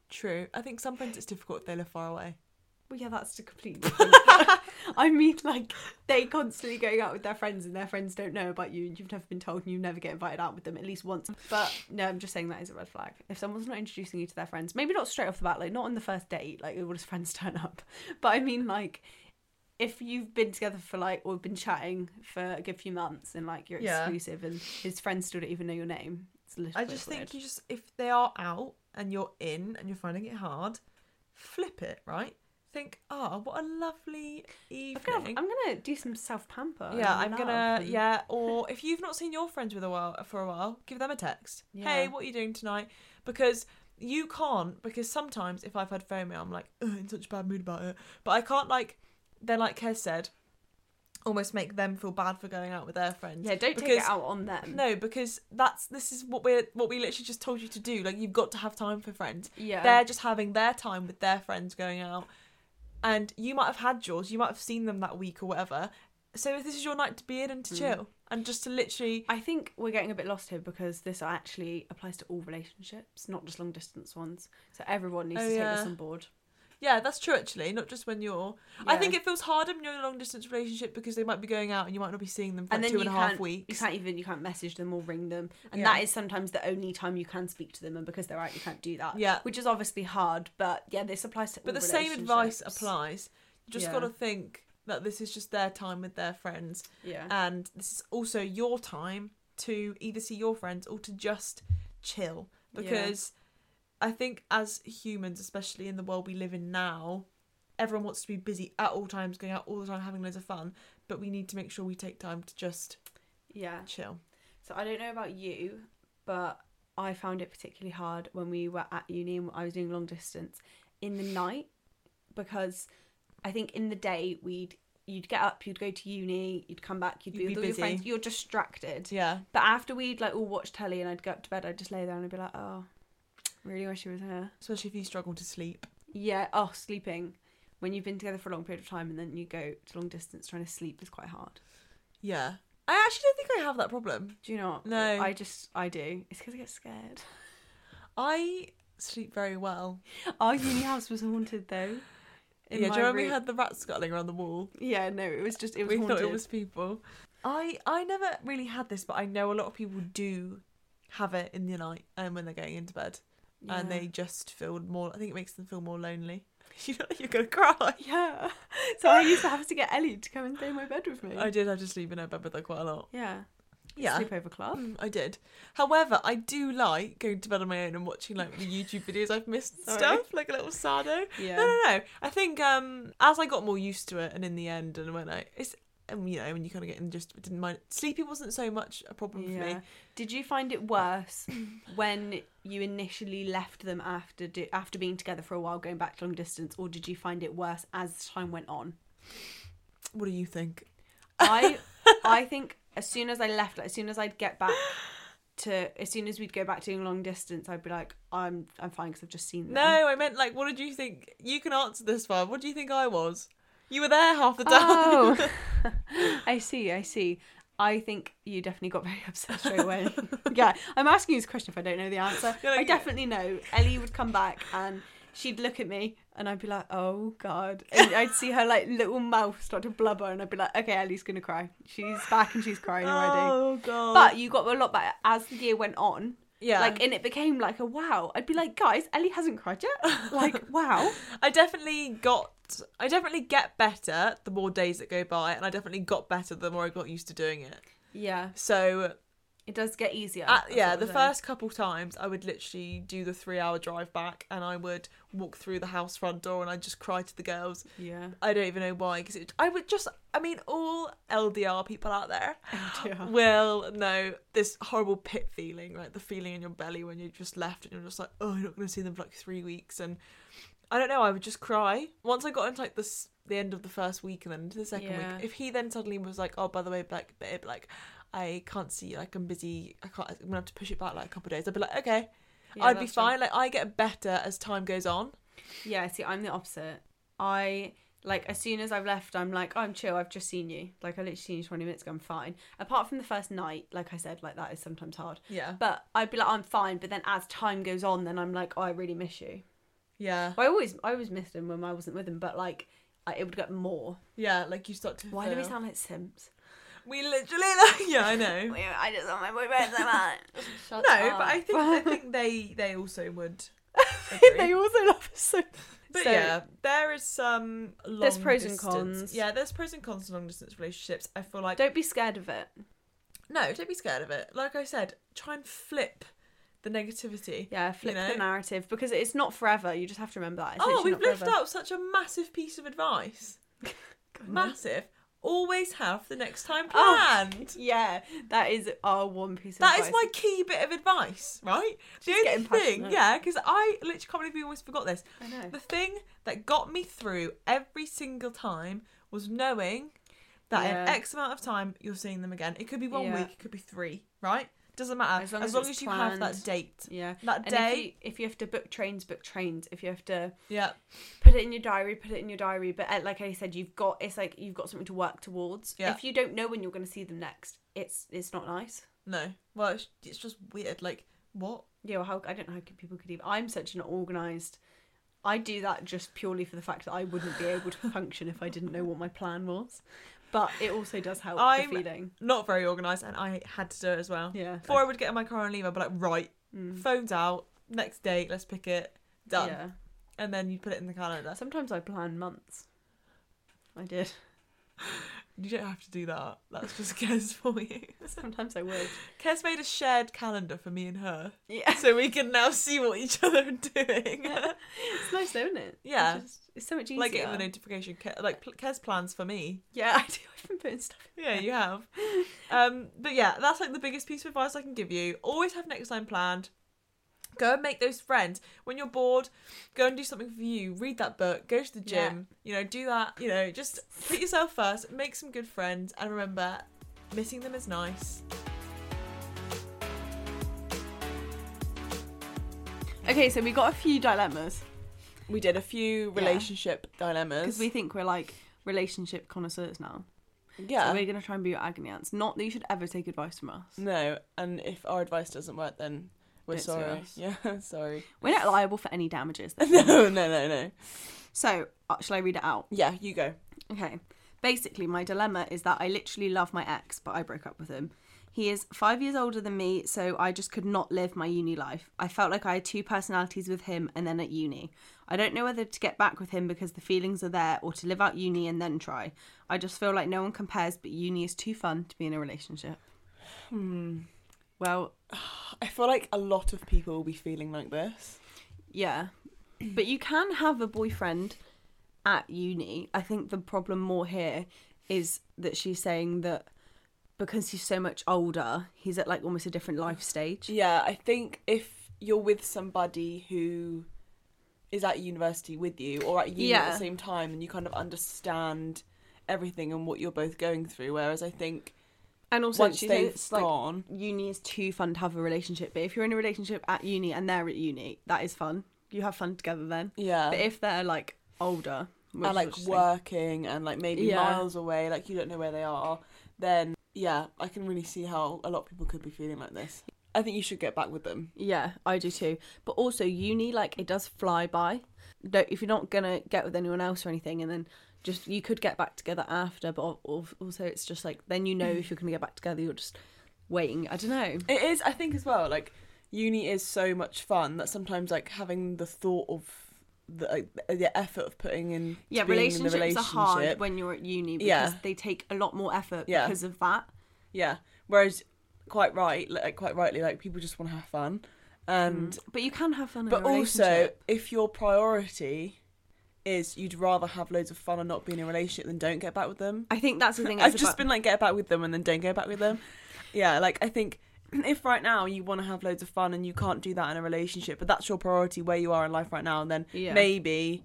[SPEAKER 4] True. I think sometimes it's difficult if they live far away.
[SPEAKER 3] Well, yeah, that's a complete. different- I mean, like they constantly going out with their friends, and their friends don't know about you, and you've never been told, and you never get invited out with them at least once. But no, I'm just saying that is a red flag. If someone's not introducing you to their friends, maybe not straight off the bat, like not on the first date, like all his friends turn up. But I mean, like if you've been together for like or been chatting for a good few months, and like you're
[SPEAKER 4] Yeah.
[SPEAKER 3] exclusive, and his friends still don't even know your name. It's a little
[SPEAKER 4] I
[SPEAKER 3] bit
[SPEAKER 4] just
[SPEAKER 3] weird.
[SPEAKER 4] think you just if they are out and you're in and you're finding it hard, flip it, right? Think, oh, what a lovely
[SPEAKER 3] I'm
[SPEAKER 4] evening.
[SPEAKER 3] gonna, I'm gonna do some self pamper.
[SPEAKER 4] yeah, I'm gonna yeah. Or if you've not seen your friends with a while uh, for a while, give them a text. Hey,
[SPEAKER 3] Yeah.
[SPEAKER 4] what are you doing tonight? Because you can't. Because sometimes if I've had FOMO, I'm like "Ugh, in such a bad mood about it. But I can't like. They're like Kes said, almost make them feel bad for going out with their friends.
[SPEAKER 3] Yeah, don't take
[SPEAKER 4] Because-
[SPEAKER 3] it out on them.
[SPEAKER 4] No, because that's this is what we're what we literally just told you to do. Like you've got to have time for friends.
[SPEAKER 3] Yeah.
[SPEAKER 4] They're just having their time with their friends going out. And you might have had yours, you might have seen them that week or whatever. So if this is your night to be in and to chill and just to literally
[SPEAKER 3] Mm. I think we're getting a bit lost here because this actually applies to all relationships, not just long distance ones. So everyone needs
[SPEAKER 4] Oh,
[SPEAKER 3] to take
[SPEAKER 4] yeah.
[SPEAKER 3] this on board.
[SPEAKER 4] Yeah, that's true actually, not just when you're I think
[SPEAKER 3] Yeah.
[SPEAKER 4] it feels harder when you're in a long distance relationship because they might be going out and you might not be seeing them for
[SPEAKER 3] and
[SPEAKER 4] like
[SPEAKER 3] then
[SPEAKER 4] two
[SPEAKER 3] you
[SPEAKER 4] and a
[SPEAKER 3] can't,
[SPEAKER 4] half
[SPEAKER 3] You
[SPEAKER 4] weeks.
[SPEAKER 3] can't even you can't message them or ring them, and
[SPEAKER 4] Yeah.
[SPEAKER 3] that is sometimes the only time you can speak to them. And because they're out, you can't do that.
[SPEAKER 4] Yeah.
[SPEAKER 3] which is obviously hard, but yeah, this applies to.
[SPEAKER 4] But
[SPEAKER 3] all
[SPEAKER 4] the same advice
[SPEAKER 3] relationships.
[SPEAKER 4] applies. You just
[SPEAKER 3] Yeah.
[SPEAKER 4] gotta think that this is just their time with their friends.
[SPEAKER 3] Yeah.
[SPEAKER 4] and this is also your time to either see your friends or to just chill
[SPEAKER 3] Yeah.
[SPEAKER 4] because i think as humans especially in the world we live in now everyone wants to be busy at all times going out all the time having loads of fun but we need to make sure we take time to just
[SPEAKER 3] yeah.
[SPEAKER 4] chill
[SPEAKER 3] So I don't know about you, but I found it particularly hard when we were at uni and I was doing long distance in the night because I think in the day we'd you'd get up, you'd go to uni, you'd come back, you'd,
[SPEAKER 4] You'd
[SPEAKER 3] be
[SPEAKER 4] be
[SPEAKER 3] with all
[SPEAKER 4] busy.
[SPEAKER 3] your friends, you're distracted.
[SPEAKER 4] yeah
[SPEAKER 3] But after we'd like all watch telly and I'd go up to bed, I'd just lay there and I'd be like, oh, really wish she was here.
[SPEAKER 4] especially if you struggle to sleep
[SPEAKER 3] Yeah, oh, sleeping. When you've been together for a long period of time and then you go to long distance, trying to sleep is quite hard.
[SPEAKER 4] yeah i actually don't think i have that problem
[SPEAKER 3] Do you not?
[SPEAKER 4] No.
[SPEAKER 3] I just, I do. It's because I get scared.
[SPEAKER 4] i sleep very well
[SPEAKER 3] Our uni house was haunted though. In
[SPEAKER 4] yeah do
[SPEAKER 3] my
[SPEAKER 4] you remember we
[SPEAKER 3] room-
[SPEAKER 4] had the rat scuttling around the wall
[SPEAKER 3] Yeah, no, it was just it was
[SPEAKER 4] we
[SPEAKER 3] haunted.
[SPEAKER 4] thought it was people. I I never really had this, but I know a lot of people do have it in the night and when they're going into bed, and
[SPEAKER 3] Yeah.
[SPEAKER 4] they just feel more. I think it makes them feel more lonely. you know, you're gonna cry.
[SPEAKER 3] Yeah. So I used to have to get Ellie to come and stay in my bed with me.
[SPEAKER 4] I did have to sleep in her bed with her quite a lot.
[SPEAKER 3] Yeah.
[SPEAKER 4] Yeah,
[SPEAKER 3] Sleepover club.
[SPEAKER 4] Mm, I did. However, I do like going to bed on my own and watching like the YouTube videos I've missed and
[SPEAKER 3] Sorry.
[SPEAKER 4] stuff, like a little sado.
[SPEAKER 3] Yeah.
[SPEAKER 4] No, no, no. I think um as I got more used to it, and in the end, and when I it's um, you know when you kind of get in, just didn't mind. Sleepy wasn't so much a problem for me.
[SPEAKER 3] Yeah. Did you find it worse when you initially left them after do, after being together for a while, going back to long distance, or did you find it worse as time went on?
[SPEAKER 4] What do you think?
[SPEAKER 3] I I think as soon as I left, like, as soon as I'd get back to, as soon as we'd go back to doing long distance, I'd be like, I'm I'm fine because I've just seen them.
[SPEAKER 4] No, I meant like, what did you think? You can answer this one. What do you think I was? You were there half the time.
[SPEAKER 3] Oh, I see. I see. I think you definitely got very upset straight away. yeah, I'm asking you this question if I don't know the answer.
[SPEAKER 4] You're like,
[SPEAKER 3] I definitely know. Ellie would come back and she'd look at me and I'd be like, "Oh God!" And I'd see her like little mouth start to blubber and I'd be like, "Okay, Ellie's gonna cry. She's back and she's crying already."
[SPEAKER 4] Oh, God.
[SPEAKER 3] But you got a lot better as the year went on.
[SPEAKER 4] Yeah.
[SPEAKER 3] Like, and it became like a wow. I'd be like, guys, Ellie hasn't cried yet. Like, wow.
[SPEAKER 4] I definitely got. I definitely get better the more days that go by, and I definitely got better the more I got used to doing it.
[SPEAKER 3] Yeah.
[SPEAKER 4] So,
[SPEAKER 3] It does get easier.
[SPEAKER 4] at,
[SPEAKER 3] that's
[SPEAKER 4] Uh, yeah,
[SPEAKER 3] what
[SPEAKER 4] the
[SPEAKER 3] I'm saying.
[SPEAKER 4] first couple times I would literally do the three-hour drive back, and I would walk through the house front door, and I'd just cry to the girls.
[SPEAKER 3] Yeah.
[SPEAKER 4] I don't even know why, because I would just. I mean, all LDR people out there
[SPEAKER 3] LDR.
[SPEAKER 4] will know this horrible pit feeling, right? The feeling in your belly when you just left and you're just like, oh, you're not going to see them for like three weeks. And I don't know, I would just cry. Once I got into like this, the end of the first week and then into the second
[SPEAKER 3] Yeah.
[SPEAKER 4] week, if he then suddenly was like, oh, by the way, like, babe, like, I can't see you, like, I'm busy, I can't, I'm going to have to push it back like a couple of days, I'd be like, okay.
[SPEAKER 9] Yeah,
[SPEAKER 4] I'd be
[SPEAKER 9] that's true.
[SPEAKER 4] fine. Like I get better as time goes on.
[SPEAKER 3] Yeah, see, I'm the opposite. I like as soon as I've left, I'm like, "Oh, I'm chill. I've just seen you. Like I literally seen you 20 minutes ago. I'm fine. Apart from the first night, like I said, like that is sometimes hard.
[SPEAKER 4] Yeah.
[SPEAKER 3] But I'd be like, I'm fine. But then as time goes on, then I'm like, oh, I really miss you.
[SPEAKER 4] Yeah.
[SPEAKER 3] Well, I always, I always missed him when I wasn't with him. But like, I, it would get more.
[SPEAKER 4] Yeah, like you start to.
[SPEAKER 3] Why do we
[SPEAKER 4] feel-
[SPEAKER 3] sound like Sims?
[SPEAKER 4] We literally like. Yeah, I know.
[SPEAKER 3] I just want my boyfriend so much. Shut
[SPEAKER 4] no,
[SPEAKER 3] up.
[SPEAKER 4] but I think I think they they also would.
[SPEAKER 3] they
[SPEAKER 4] agree.
[SPEAKER 3] also love us so.
[SPEAKER 4] But
[SPEAKER 3] so-
[SPEAKER 4] yeah, there is some. Long
[SPEAKER 3] There's pros and
[SPEAKER 4] distance-
[SPEAKER 3] cons.
[SPEAKER 4] Yeah, there's pros and cons to long distance relationships. I feel like
[SPEAKER 3] Don't be scared of it.
[SPEAKER 4] no, don't be scared of it. Like I said, try and flip the negativity.
[SPEAKER 3] Yeah,
[SPEAKER 4] you
[SPEAKER 3] flip
[SPEAKER 4] know?
[SPEAKER 3] the narrative because it's not forever. You just have to remember that. It's
[SPEAKER 4] Oh,
[SPEAKER 3] literally
[SPEAKER 4] we've
[SPEAKER 3] not
[SPEAKER 4] lifted
[SPEAKER 3] forever.
[SPEAKER 4] up such a massive piece of advice. massive. Always have the next time
[SPEAKER 3] Oh.
[SPEAKER 4] planned.
[SPEAKER 3] Yeah, that is our one piece of
[SPEAKER 4] That
[SPEAKER 3] advice.
[SPEAKER 4] is my key bit of advice, right? The only
[SPEAKER 3] getting
[SPEAKER 4] thing,
[SPEAKER 3] passionate.
[SPEAKER 4] yeah, because I literally can't believe we almost forgot this. I
[SPEAKER 3] know.
[SPEAKER 4] The thing that got me through every single time was knowing that in
[SPEAKER 3] Yeah.
[SPEAKER 4] X amount of time you're seeing them again. It could be one
[SPEAKER 3] Yeah.
[SPEAKER 4] week, it could be three, right? Doesn't matter. As long as,
[SPEAKER 3] it's
[SPEAKER 4] you have that
[SPEAKER 3] planned.
[SPEAKER 4] date.
[SPEAKER 3] Yeah.
[SPEAKER 4] That
[SPEAKER 3] And
[SPEAKER 4] day.
[SPEAKER 3] If you, if you have to book trains, book trains. If you have to
[SPEAKER 4] Yeah.
[SPEAKER 3] put it in your diary, put it in your diary. But uh, like I said, you've got it's like you've got something to work towards.
[SPEAKER 4] Yeah.
[SPEAKER 3] If you don't know when you're going to see them next, it's it's not nice.
[SPEAKER 4] No. Well, it's, it's just weird. Like, what?
[SPEAKER 3] Yeah, well, how I don't know how people could even. I'm such an organised. I do that just purely for the fact that I wouldn't be able to function if I didn't know what my plan was. But it also does help
[SPEAKER 4] I'm
[SPEAKER 3] the feeling.
[SPEAKER 4] not very organised, and I had to do it as well.
[SPEAKER 3] Yeah. Mm.
[SPEAKER 4] Before I would get in my car and leave, I'd be like, right, phones out, next date, let's pick it, done.
[SPEAKER 3] Yeah.
[SPEAKER 4] And then you put it in the calendar.
[SPEAKER 3] Sometimes I plan months. I did.
[SPEAKER 4] You don't have to do that. That's just Kes for you.
[SPEAKER 3] Sometimes I would.
[SPEAKER 4] Kes made a shared calendar for me and her,
[SPEAKER 3] Yeah.
[SPEAKER 4] so we can now see what each other are doing.
[SPEAKER 3] It's nice, though, isn't it?
[SPEAKER 4] Yeah.
[SPEAKER 3] It's, just- it's so much easier.
[SPEAKER 4] like getting the notification. Ke- like pl- Kes plans for me.
[SPEAKER 3] yeah, I do. I've been putting stuff in.
[SPEAKER 4] Yeah, you have. Um, but yeah, that's like the biggest piece of advice I can give you. Always have next time planned. Go and make those friends. When you're bored, go and do something for you. Read that book. Go to the
[SPEAKER 3] Yeah.
[SPEAKER 4] gym. You know, do that. You know, just put yourself first. Make some good friends, and remember, missing them is nice.
[SPEAKER 3] Okay, so we got a few dilemmas
[SPEAKER 4] We did a few relationship
[SPEAKER 3] because
[SPEAKER 4] dilemmas.
[SPEAKER 3] we think we're like relationship connoisseurs now.
[SPEAKER 4] yeah. Mm.
[SPEAKER 3] So we're going to try and be your agony aunts. Not that you should ever take advice from us.
[SPEAKER 4] no, and if our advice doesn't work, then we're
[SPEAKER 3] Don't sue sorry. us.
[SPEAKER 4] Yeah, sorry.
[SPEAKER 3] We're not liable for any damages.
[SPEAKER 4] no, no, no, no.
[SPEAKER 3] so, uh, shall I read it out?
[SPEAKER 4] Yeah, you go.
[SPEAKER 3] Okay. Basically, my dilemma is that I literally love my ex, but I broke up with him. He is five years older than me, so I just could not live my uni life. I felt like I had two personalities with him and then at uni. I don't know whether to get back with him because the feelings are there or to live out uni and then try. I just feel like no one compares, but uni is too fun to be in a relationship. Hmm. Well,
[SPEAKER 4] I feel like a lot of people will be feeling like this.
[SPEAKER 3] Yeah. But you can have a boyfriend at uni. I think the problem more here is that she's saying that because he's so much older, he's at like almost a different life stage.
[SPEAKER 9] Yeah, I think if you're with somebody who is at university with you or at uni at
[SPEAKER 3] Yeah.
[SPEAKER 9] the same time, and you kind of understand everything and what you're both going through. Whereas I think
[SPEAKER 3] And also,
[SPEAKER 9] Once
[SPEAKER 3] she thinks
[SPEAKER 9] they've
[SPEAKER 3] like
[SPEAKER 9] gone.
[SPEAKER 3] uni is too fun to have a relationship. But if you're in a relationship at uni and they're at uni, that is fun. You have fun together then.
[SPEAKER 9] yeah,
[SPEAKER 3] But if they're like older, which
[SPEAKER 9] and
[SPEAKER 3] is
[SPEAKER 9] like
[SPEAKER 3] what she's saying-
[SPEAKER 9] working and like maybe
[SPEAKER 3] Yeah.
[SPEAKER 9] miles away, like you don't know where they are, then yeah, I can really see how a lot of people could be feeling like this. I think you should get back with them.
[SPEAKER 3] Yeah, I do too. But also, uni like it does fly by. Don't, if you're not gonna get with anyone else or anything, and then just you could get back together after. But al- al- also, it's just like then you know if you're gonna get back together, you're just waiting. I don't know.
[SPEAKER 9] It is, I think, as well. Like uni is so much fun that sometimes like having the thought of the like, the effort of putting in to
[SPEAKER 3] Yeah,
[SPEAKER 9] being in the
[SPEAKER 3] relationships are
[SPEAKER 9] relationship-
[SPEAKER 3] hard when you're at uni because
[SPEAKER 9] Yeah.
[SPEAKER 3] they take a lot more effort
[SPEAKER 9] Yeah.
[SPEAKER 3] because of that.
[SPEAKER 9] Yeah. Whereas, quite right, like quite rightly, like people just want to have fun, and
[SPEAKER 3] But you can have fun. Mm, in
[SPEAKER 9] but
[SPEAKER 3] a
[SPEAKER 9] also
[SPEAKER 3] relationship.
[SPEAKER 9] if your priority is you'd rather have loads of fun and not be in a relationship than don't get back with them.
[SPEAKER 3] I think that's the thing.
[SPEAKER 9] I've
[SPEAKER 3] it's
[SPEAKER 9] just
[SPEAKER 3] about-
[SPEAKER 9] been like get back with them and then don't go back with them. Yeah, like I think if right now you want to have loads of fun and you can't do that in a relationship, but that's your priority where you are in life right now, and then
[SPEAKER 3] Yeah.
[SPEAKER 9] maybe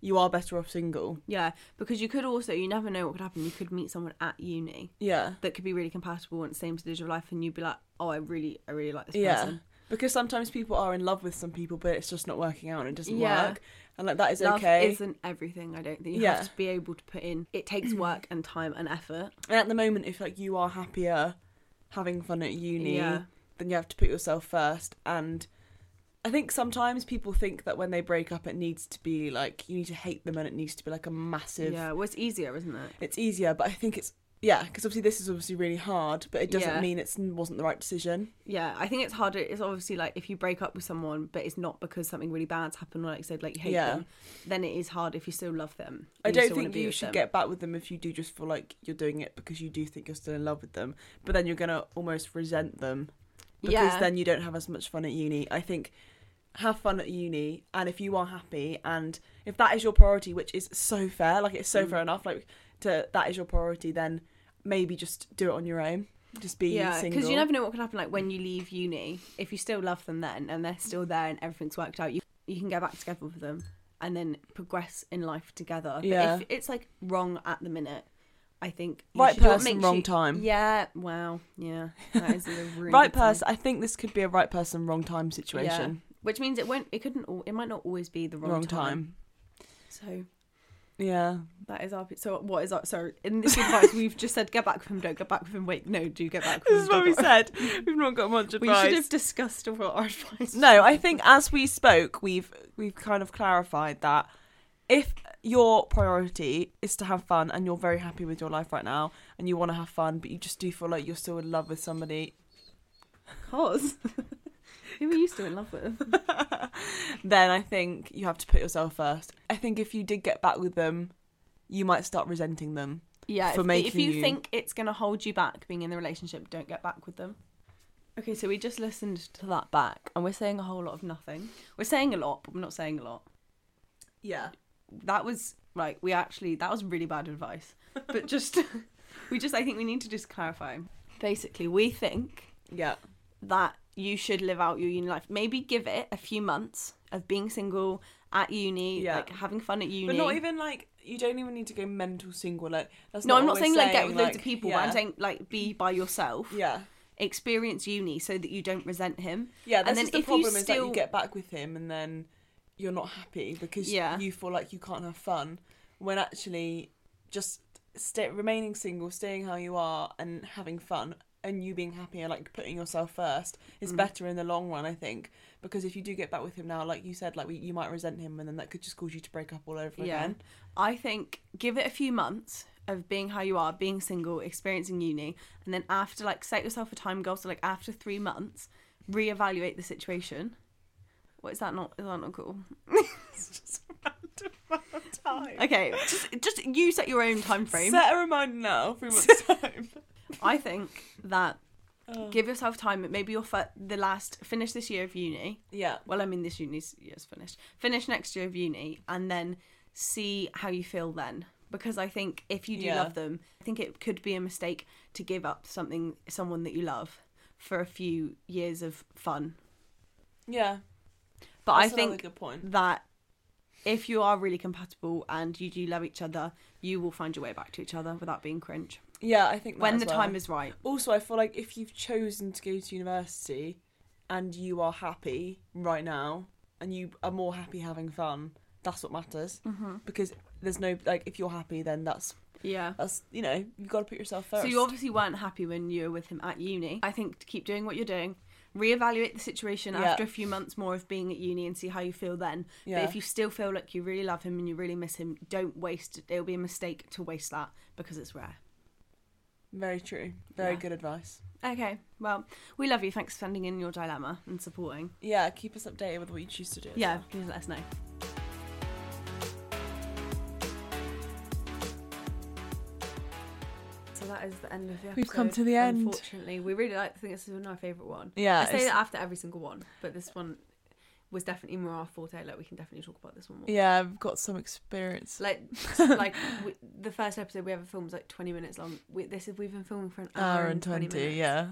[SPEAKER 9] you are better off single.
[SPEAKER 3] yeah, because you could also you never know what could happen. You could meet someone at uni
[SPEAKER 9] Yeah.
[SPEAKER 3] that could be really compatible and same stage of life, and you'd be like, oh, I really, I really like this
[SPEAKER 9] Yeah.
[SPEAKER 3] person.
[SPEAKER 4] because sometimes people are in love with some people, but it's just not working out and it doesn't
[SPEAKER 3] Yeah.
[SPEAKER 4] work, and like that is
[SPEAKER 3] Love
[SPEAKER 4] okay.
[SPEAKER 3] isn't everything. I don't think you
[SPEAKER 4] Yeah.
[SPEAKER 3] have to be able to put in. It takes work and time and effort.
[SPEAKER 4] And at the moment, if like you are happier having fun at uni,
[SPEAKER 3] Yeah.
[SPEAKER 4] then you have to put yourself first. And I think sometimes people think that when they break up, it needs to be like you need to hate them and it needs to be like a massive.
[SPEAKER 3] Yeah, well, it's easier, isn't it?
[SPEAKER 4] It's easier, but I think it's yeah because obviously this is obviously really hard, but it doesn't
[SPEAKER 3] Yeah.
[SPEAKER 4] mean it's wasn't the right decision.
[SPEAKER 3] Yeah, I think it's harder. It's obviously like if you break up with someone, but it's not because something really bad's happened, or like you said, like you hate
[SPEAKER 4] Yeah.
[SPEAKER 3] them, then it is hard if you still love them.
[SPEAKER 4] I
[SPEAKER 3] and you
[SPEAKER 4] don't
[SPEAKER 3] still wanna
[SPEAKER 4] think
[SPEAKER 3] be
[SPEAKER 4] you
[SPEAKER 3] with
[SPEAKER 4] should
[SPEAKER 3] them.
[SPEAKER 4] get back with them if you do just feel like you're doing it because you do think you're still in love with them, but then you're gonna almost resent them because
[SPEAKER 3] Yeah.
[SPEAKER 4] then you don't have as much fun at uni. I think have fun at uni, and if you are happy, and if that is your priority, which is so fair, like it's
[SPEAKER 3] Mm.
[SPEAKER 4] so fair enough, like to that is your priority, then maybe just do it on your own. Just be
[SPEAKER 3] yeah,
[SPEAKER 4] single.
[SPEAKER 3] because you never know what can happen. Like when you leave uni, if you still love them then, and they're still there, and everything's worked out, you you can go back together with them and then progress in life together. But
[SPEAKER 4] Yeah.
[SPEAKER 3] if it's like wrong at the minute, I think you
[SPEAKER 4] Right
[SPEAKER 3] should- what
[SPEAKER 4] person,
[SPEAKER 3] makes
[SPEAKER 4] wrong
[SPEAKER 3] you-
[SPEAKER 4] time.
[SPEAKER 3] Yeah. Wow. Yeah. That is a really good point.
[SPEAKER 4] right person. I think this could be a right person, wrong time situation.
[SPEAKER 3] Yeah. Which means it won't. It couldn't. al- It might not always be the wrong,
[SPEAKER 4] Wrong
[SPEAKER 3] time.
[SPEAKER 4] time.
[SPEAKER 3] So
[SPEAKER 4] Yeah.
[SPEAKER 3] that is our. So what is our? So in this advice, we've just said get back with him. Don't get back with him. Wait, no, do get back. With him,
[SPEAKER 4] This is what
[SPEAKER 3] don't
[SPEAKER 4] we
[SPEAKER 3] get back-
[SPEAKER 4] said. We've not got much
[SPEAKER 3] We
[SPEAKER 4] advice.
[SPEAKER 3] should have discussed what our advice.
[SPEAKER 4] No,
[SPEAKER 3] was.
[SPEAKER 4] I think as we spoke, we've we've kind of clarified that if your priority is to have fun and you're very happy with your life right now and you want to have fun, but you just do feel like you're still in love with somebody,
[SPEAKER 3] cause who are you still in love with?
[SPEAKER 4] then I think you have to put yourself first. I think if you did get back with them, you might start resenting them.
[SPEAKER 3] Yeah,
[SPEAKER 4] For
[SPEAKER 3] if, if
[SPEAKER 4] making
[SPEAKER 3] you,
[SPEAKER 4] you-
[SPEAKER 3] think it's going to hold you back being in the relationship, don't get back with them. Okay, so we just listened to that back, and we're saying a whole lot of nothing. We're saying a lot, but we're not saying a lot.
[SPEAKER 4] Yeah.
[SPEAKER 3] that was like we actually that was really bad advice but just we just i think we need to just clarify basically we think
[SPEAKER 4] Yeah.
[SPEAKER 3] that you should live out your uni life maybe give it a few months of being single at uni
[SPEAKER 4] Yeah.
[SPEAKER 3] like having fun at uni
[SPEAKER 4] But not even like you don't even need to go mental single. Like that's
[SPEAKER 3] no
[SPEAKER 4] not
[SPEAKER 3] i'm not
[SPEAKER 4] what we're
[SPEAKER 3] saying like get with loads
[SPEAKER 4] like,
[SPEAKER 3] of people
[SPEAKER 4] yeah.
[SPEAKER 3] but i'm saying like be by yourself
[SPEAKER 4] yeah.
[SPEAKER 3] experience uni so that you don't resent him
[SPEAKER 4] Yeah, that's
[SPEAKER 3] and then
[SPEAKER 4] just the
[SPEAKER 3] if
[SPEAKER 4] problem
[SPEAKER 3] you
[SPEAKER 4] is that
[SPEAKER 3] still
[SPEAKER 4] you get back with him and then you're not happy because
[SPEAKER 3] Yeah.
[SPEAKER 4] you feel like you can't have fun when actually just stay, remaining single, staying how you are, and having fun and you being happy and like putting yourself first is
[SPEAKER 3] Mm.
[SPEAKER 4] better in the long run, I think. Because if you do get back with him now, like you said, like we, you might resent him and then that could just cause you to break up all over again.
[SPEAKER 3] I think give it a few months of being how you are, being single, experiencing uni, and then after like set yourself a time goal. So like after three months, reevaluate the situation. What is that not? Is that not cool? Okay, just just you set your own time frame.
[SPEAKER 4] Set a reminder now, three months time.
[SPEAKER 3] I think that
[SPEAKER 4] Oh.
[SPEAKER 3] give yourself time. Maybe your fir- the last finish this year of uni.
[SPEAKER 4] Yeah.
[SPEAKER 3] Well, I mean, this uni's year's finished. Finish next year of uni, and then see how you feel then. Because I think if you do
[SPEAKER 4] Yeah.
[SPEAKER 3] love them, I think it could be a mistake to give up something, someone that you love, for a few years of fun.
[SPEAKER 4] Yeah.
[SPEAKER 3] But
[SPEAKER 4] That's
[SPEAKER 3] I
[SPEAKER 4] another
[SPEAKER 3] think
[SPEAKER 4] good point.
[SPEAKER 3] that if you are really compatible and you do love each other, you will find your way back to each other without being cringe
[SPEAKER 4] Yeah, I think that
[SPEAKER 3] when
[SPEAKER 4] as
[SPEAKER 3] the
[SPEAKER 4] well.
[SPEAKER 3] time is right.
[SPEAKER 4] Also, I feel like if you've chosen to go to university and you are happy right now and you are more happy having fun, that's what matters. Mm-hmm. Because there's no like if you're happy, then that's
[SPEAKER 3] Yeah.
[SPEAKER 4] that's you know you got to put yourself first.
[SPEAKER 3] So you obviously weren't happy when you were with him at uni. I think to keep doing what you're doing, reevaluate the situation
[SPEAKER 4] Yeah.
[SPEAKER 3] after a few months more of being at uni and see how you feel then.
[SPEAKER 4] Yeah.
[SPEAKER 3] But if you still feel like you really love him and you really miss him, don't waste it. It'll be a mistake to waste that because it's rare.
[SPEAKER 4] very true, very
[SPEAKER 3] Yeah.
[SPEAKER 4] good advice.
[SPEAKER 3] Okay. Well, we love you. Thanks for sending in your dilemma and supporting.
[SPEAKER 4] Yeah, keep us updated with what you choose to do. as
[SPEAKER 3] Yeah,
[SPEAKER 4] well.
[SPEAKER 3] please let us know. So that is the end of the episode.
[SPEAKER 4] We've come to the end.
[SPEAKER 3] Unfortunately, we really like. I think this is my favourite one.
[SPEAKER 4] Yeah,
[SPEAKER 3] I say
[SPEAKER 4] it's-
[SPEAKER 3] that after every single one, but this one was definitely more our forte. Like we can definitely talk about this one more.
[SPEAKER 4] yeah, I've got some experience.
[SPEAKER 3] Like, like we, the first episode we ever filmed was like twenty minutes long. We, this is we've been filming for an hour, and twenty, minutes.
[SPEAKER 4] yeah.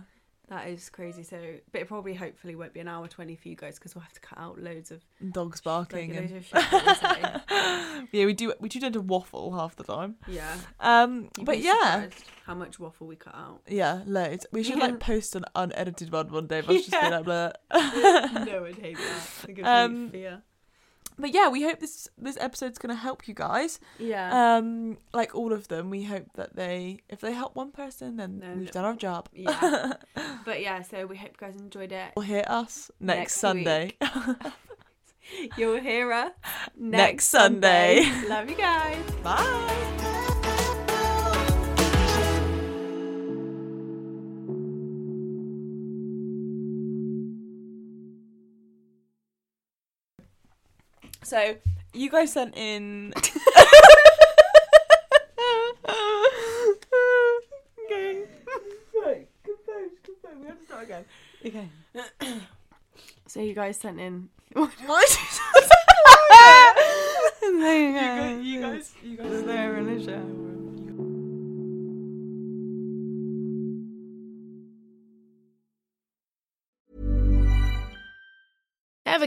[SPEAKER 3] That is crazy. So, but it probably, hopefully, won't be an hour twenty for you guys because we'll have to cut out loads of
[SPEAKER 4] Dogs barking.
[SPEAKER 3] like, loads
[SPEAKER 4] and-
[SPEAKER 3] of shit that we say.
[SPEAKER 4] yeah, we do. We do tend to waffle half the time.
[SPEAKER 3] Yeah,
[SPEAKER 4] Um,
[SPEAKER 3] You'd
[SPEAKER 4] but
[SPEAKER 3] be
[SPEAKER 4] yeah,
[SPEAKER 3] surprised how much waffle we cut out?
[SPEAKER 4] yeah, loads. We should like
[SPEAKER 3] Yeah.
[SPEAKER 4] post an unedited one one day. But yeah. just be
[SPEAKER 3] Yeah.
[SPEAKER 4] like, bleh.
[SPEAKER 3] no, I'd hate that. It gives
[SPEAKER 4] Um,
[SPEAKER 3] me fear.
[SPEAKER 4] but yeah, we hope this this episode's gonna help you guys.
[SPEAKER 3] Yeah.
[SPEAKER 4] Um, like all of them, we hope that they, if they help one person, then
[SPEAKER 3] No,
[SPEAKER 4] we've
[SPEAKER 3] no.
[SPEAKER 4] done our job.
[SPEAKER 3] yeah. Uh, But yeah, so we hope you guys enjoyed it.
[SPEAKER 4] You'll hear us next,
[SPEAKER 3] Next
[SPEAKER 4] Sunday.
[SPEAKER 3] You'll hear us
[SPEAKER 4] Next Sunday.
[SPEAKER 3] Sunday. Love you guys.
[SPEAKER 4] Bye. So you guys sent in. okay. Right, compose, compose. We have to start again. Okay.
[SPEAKER 3] So you guys sent in.
[SPEAKER 4] What?
[SPEAKER 3] you
[SPEAKER 4] you guys, you guys, there in the shower.
[SPEAKER 10] Ever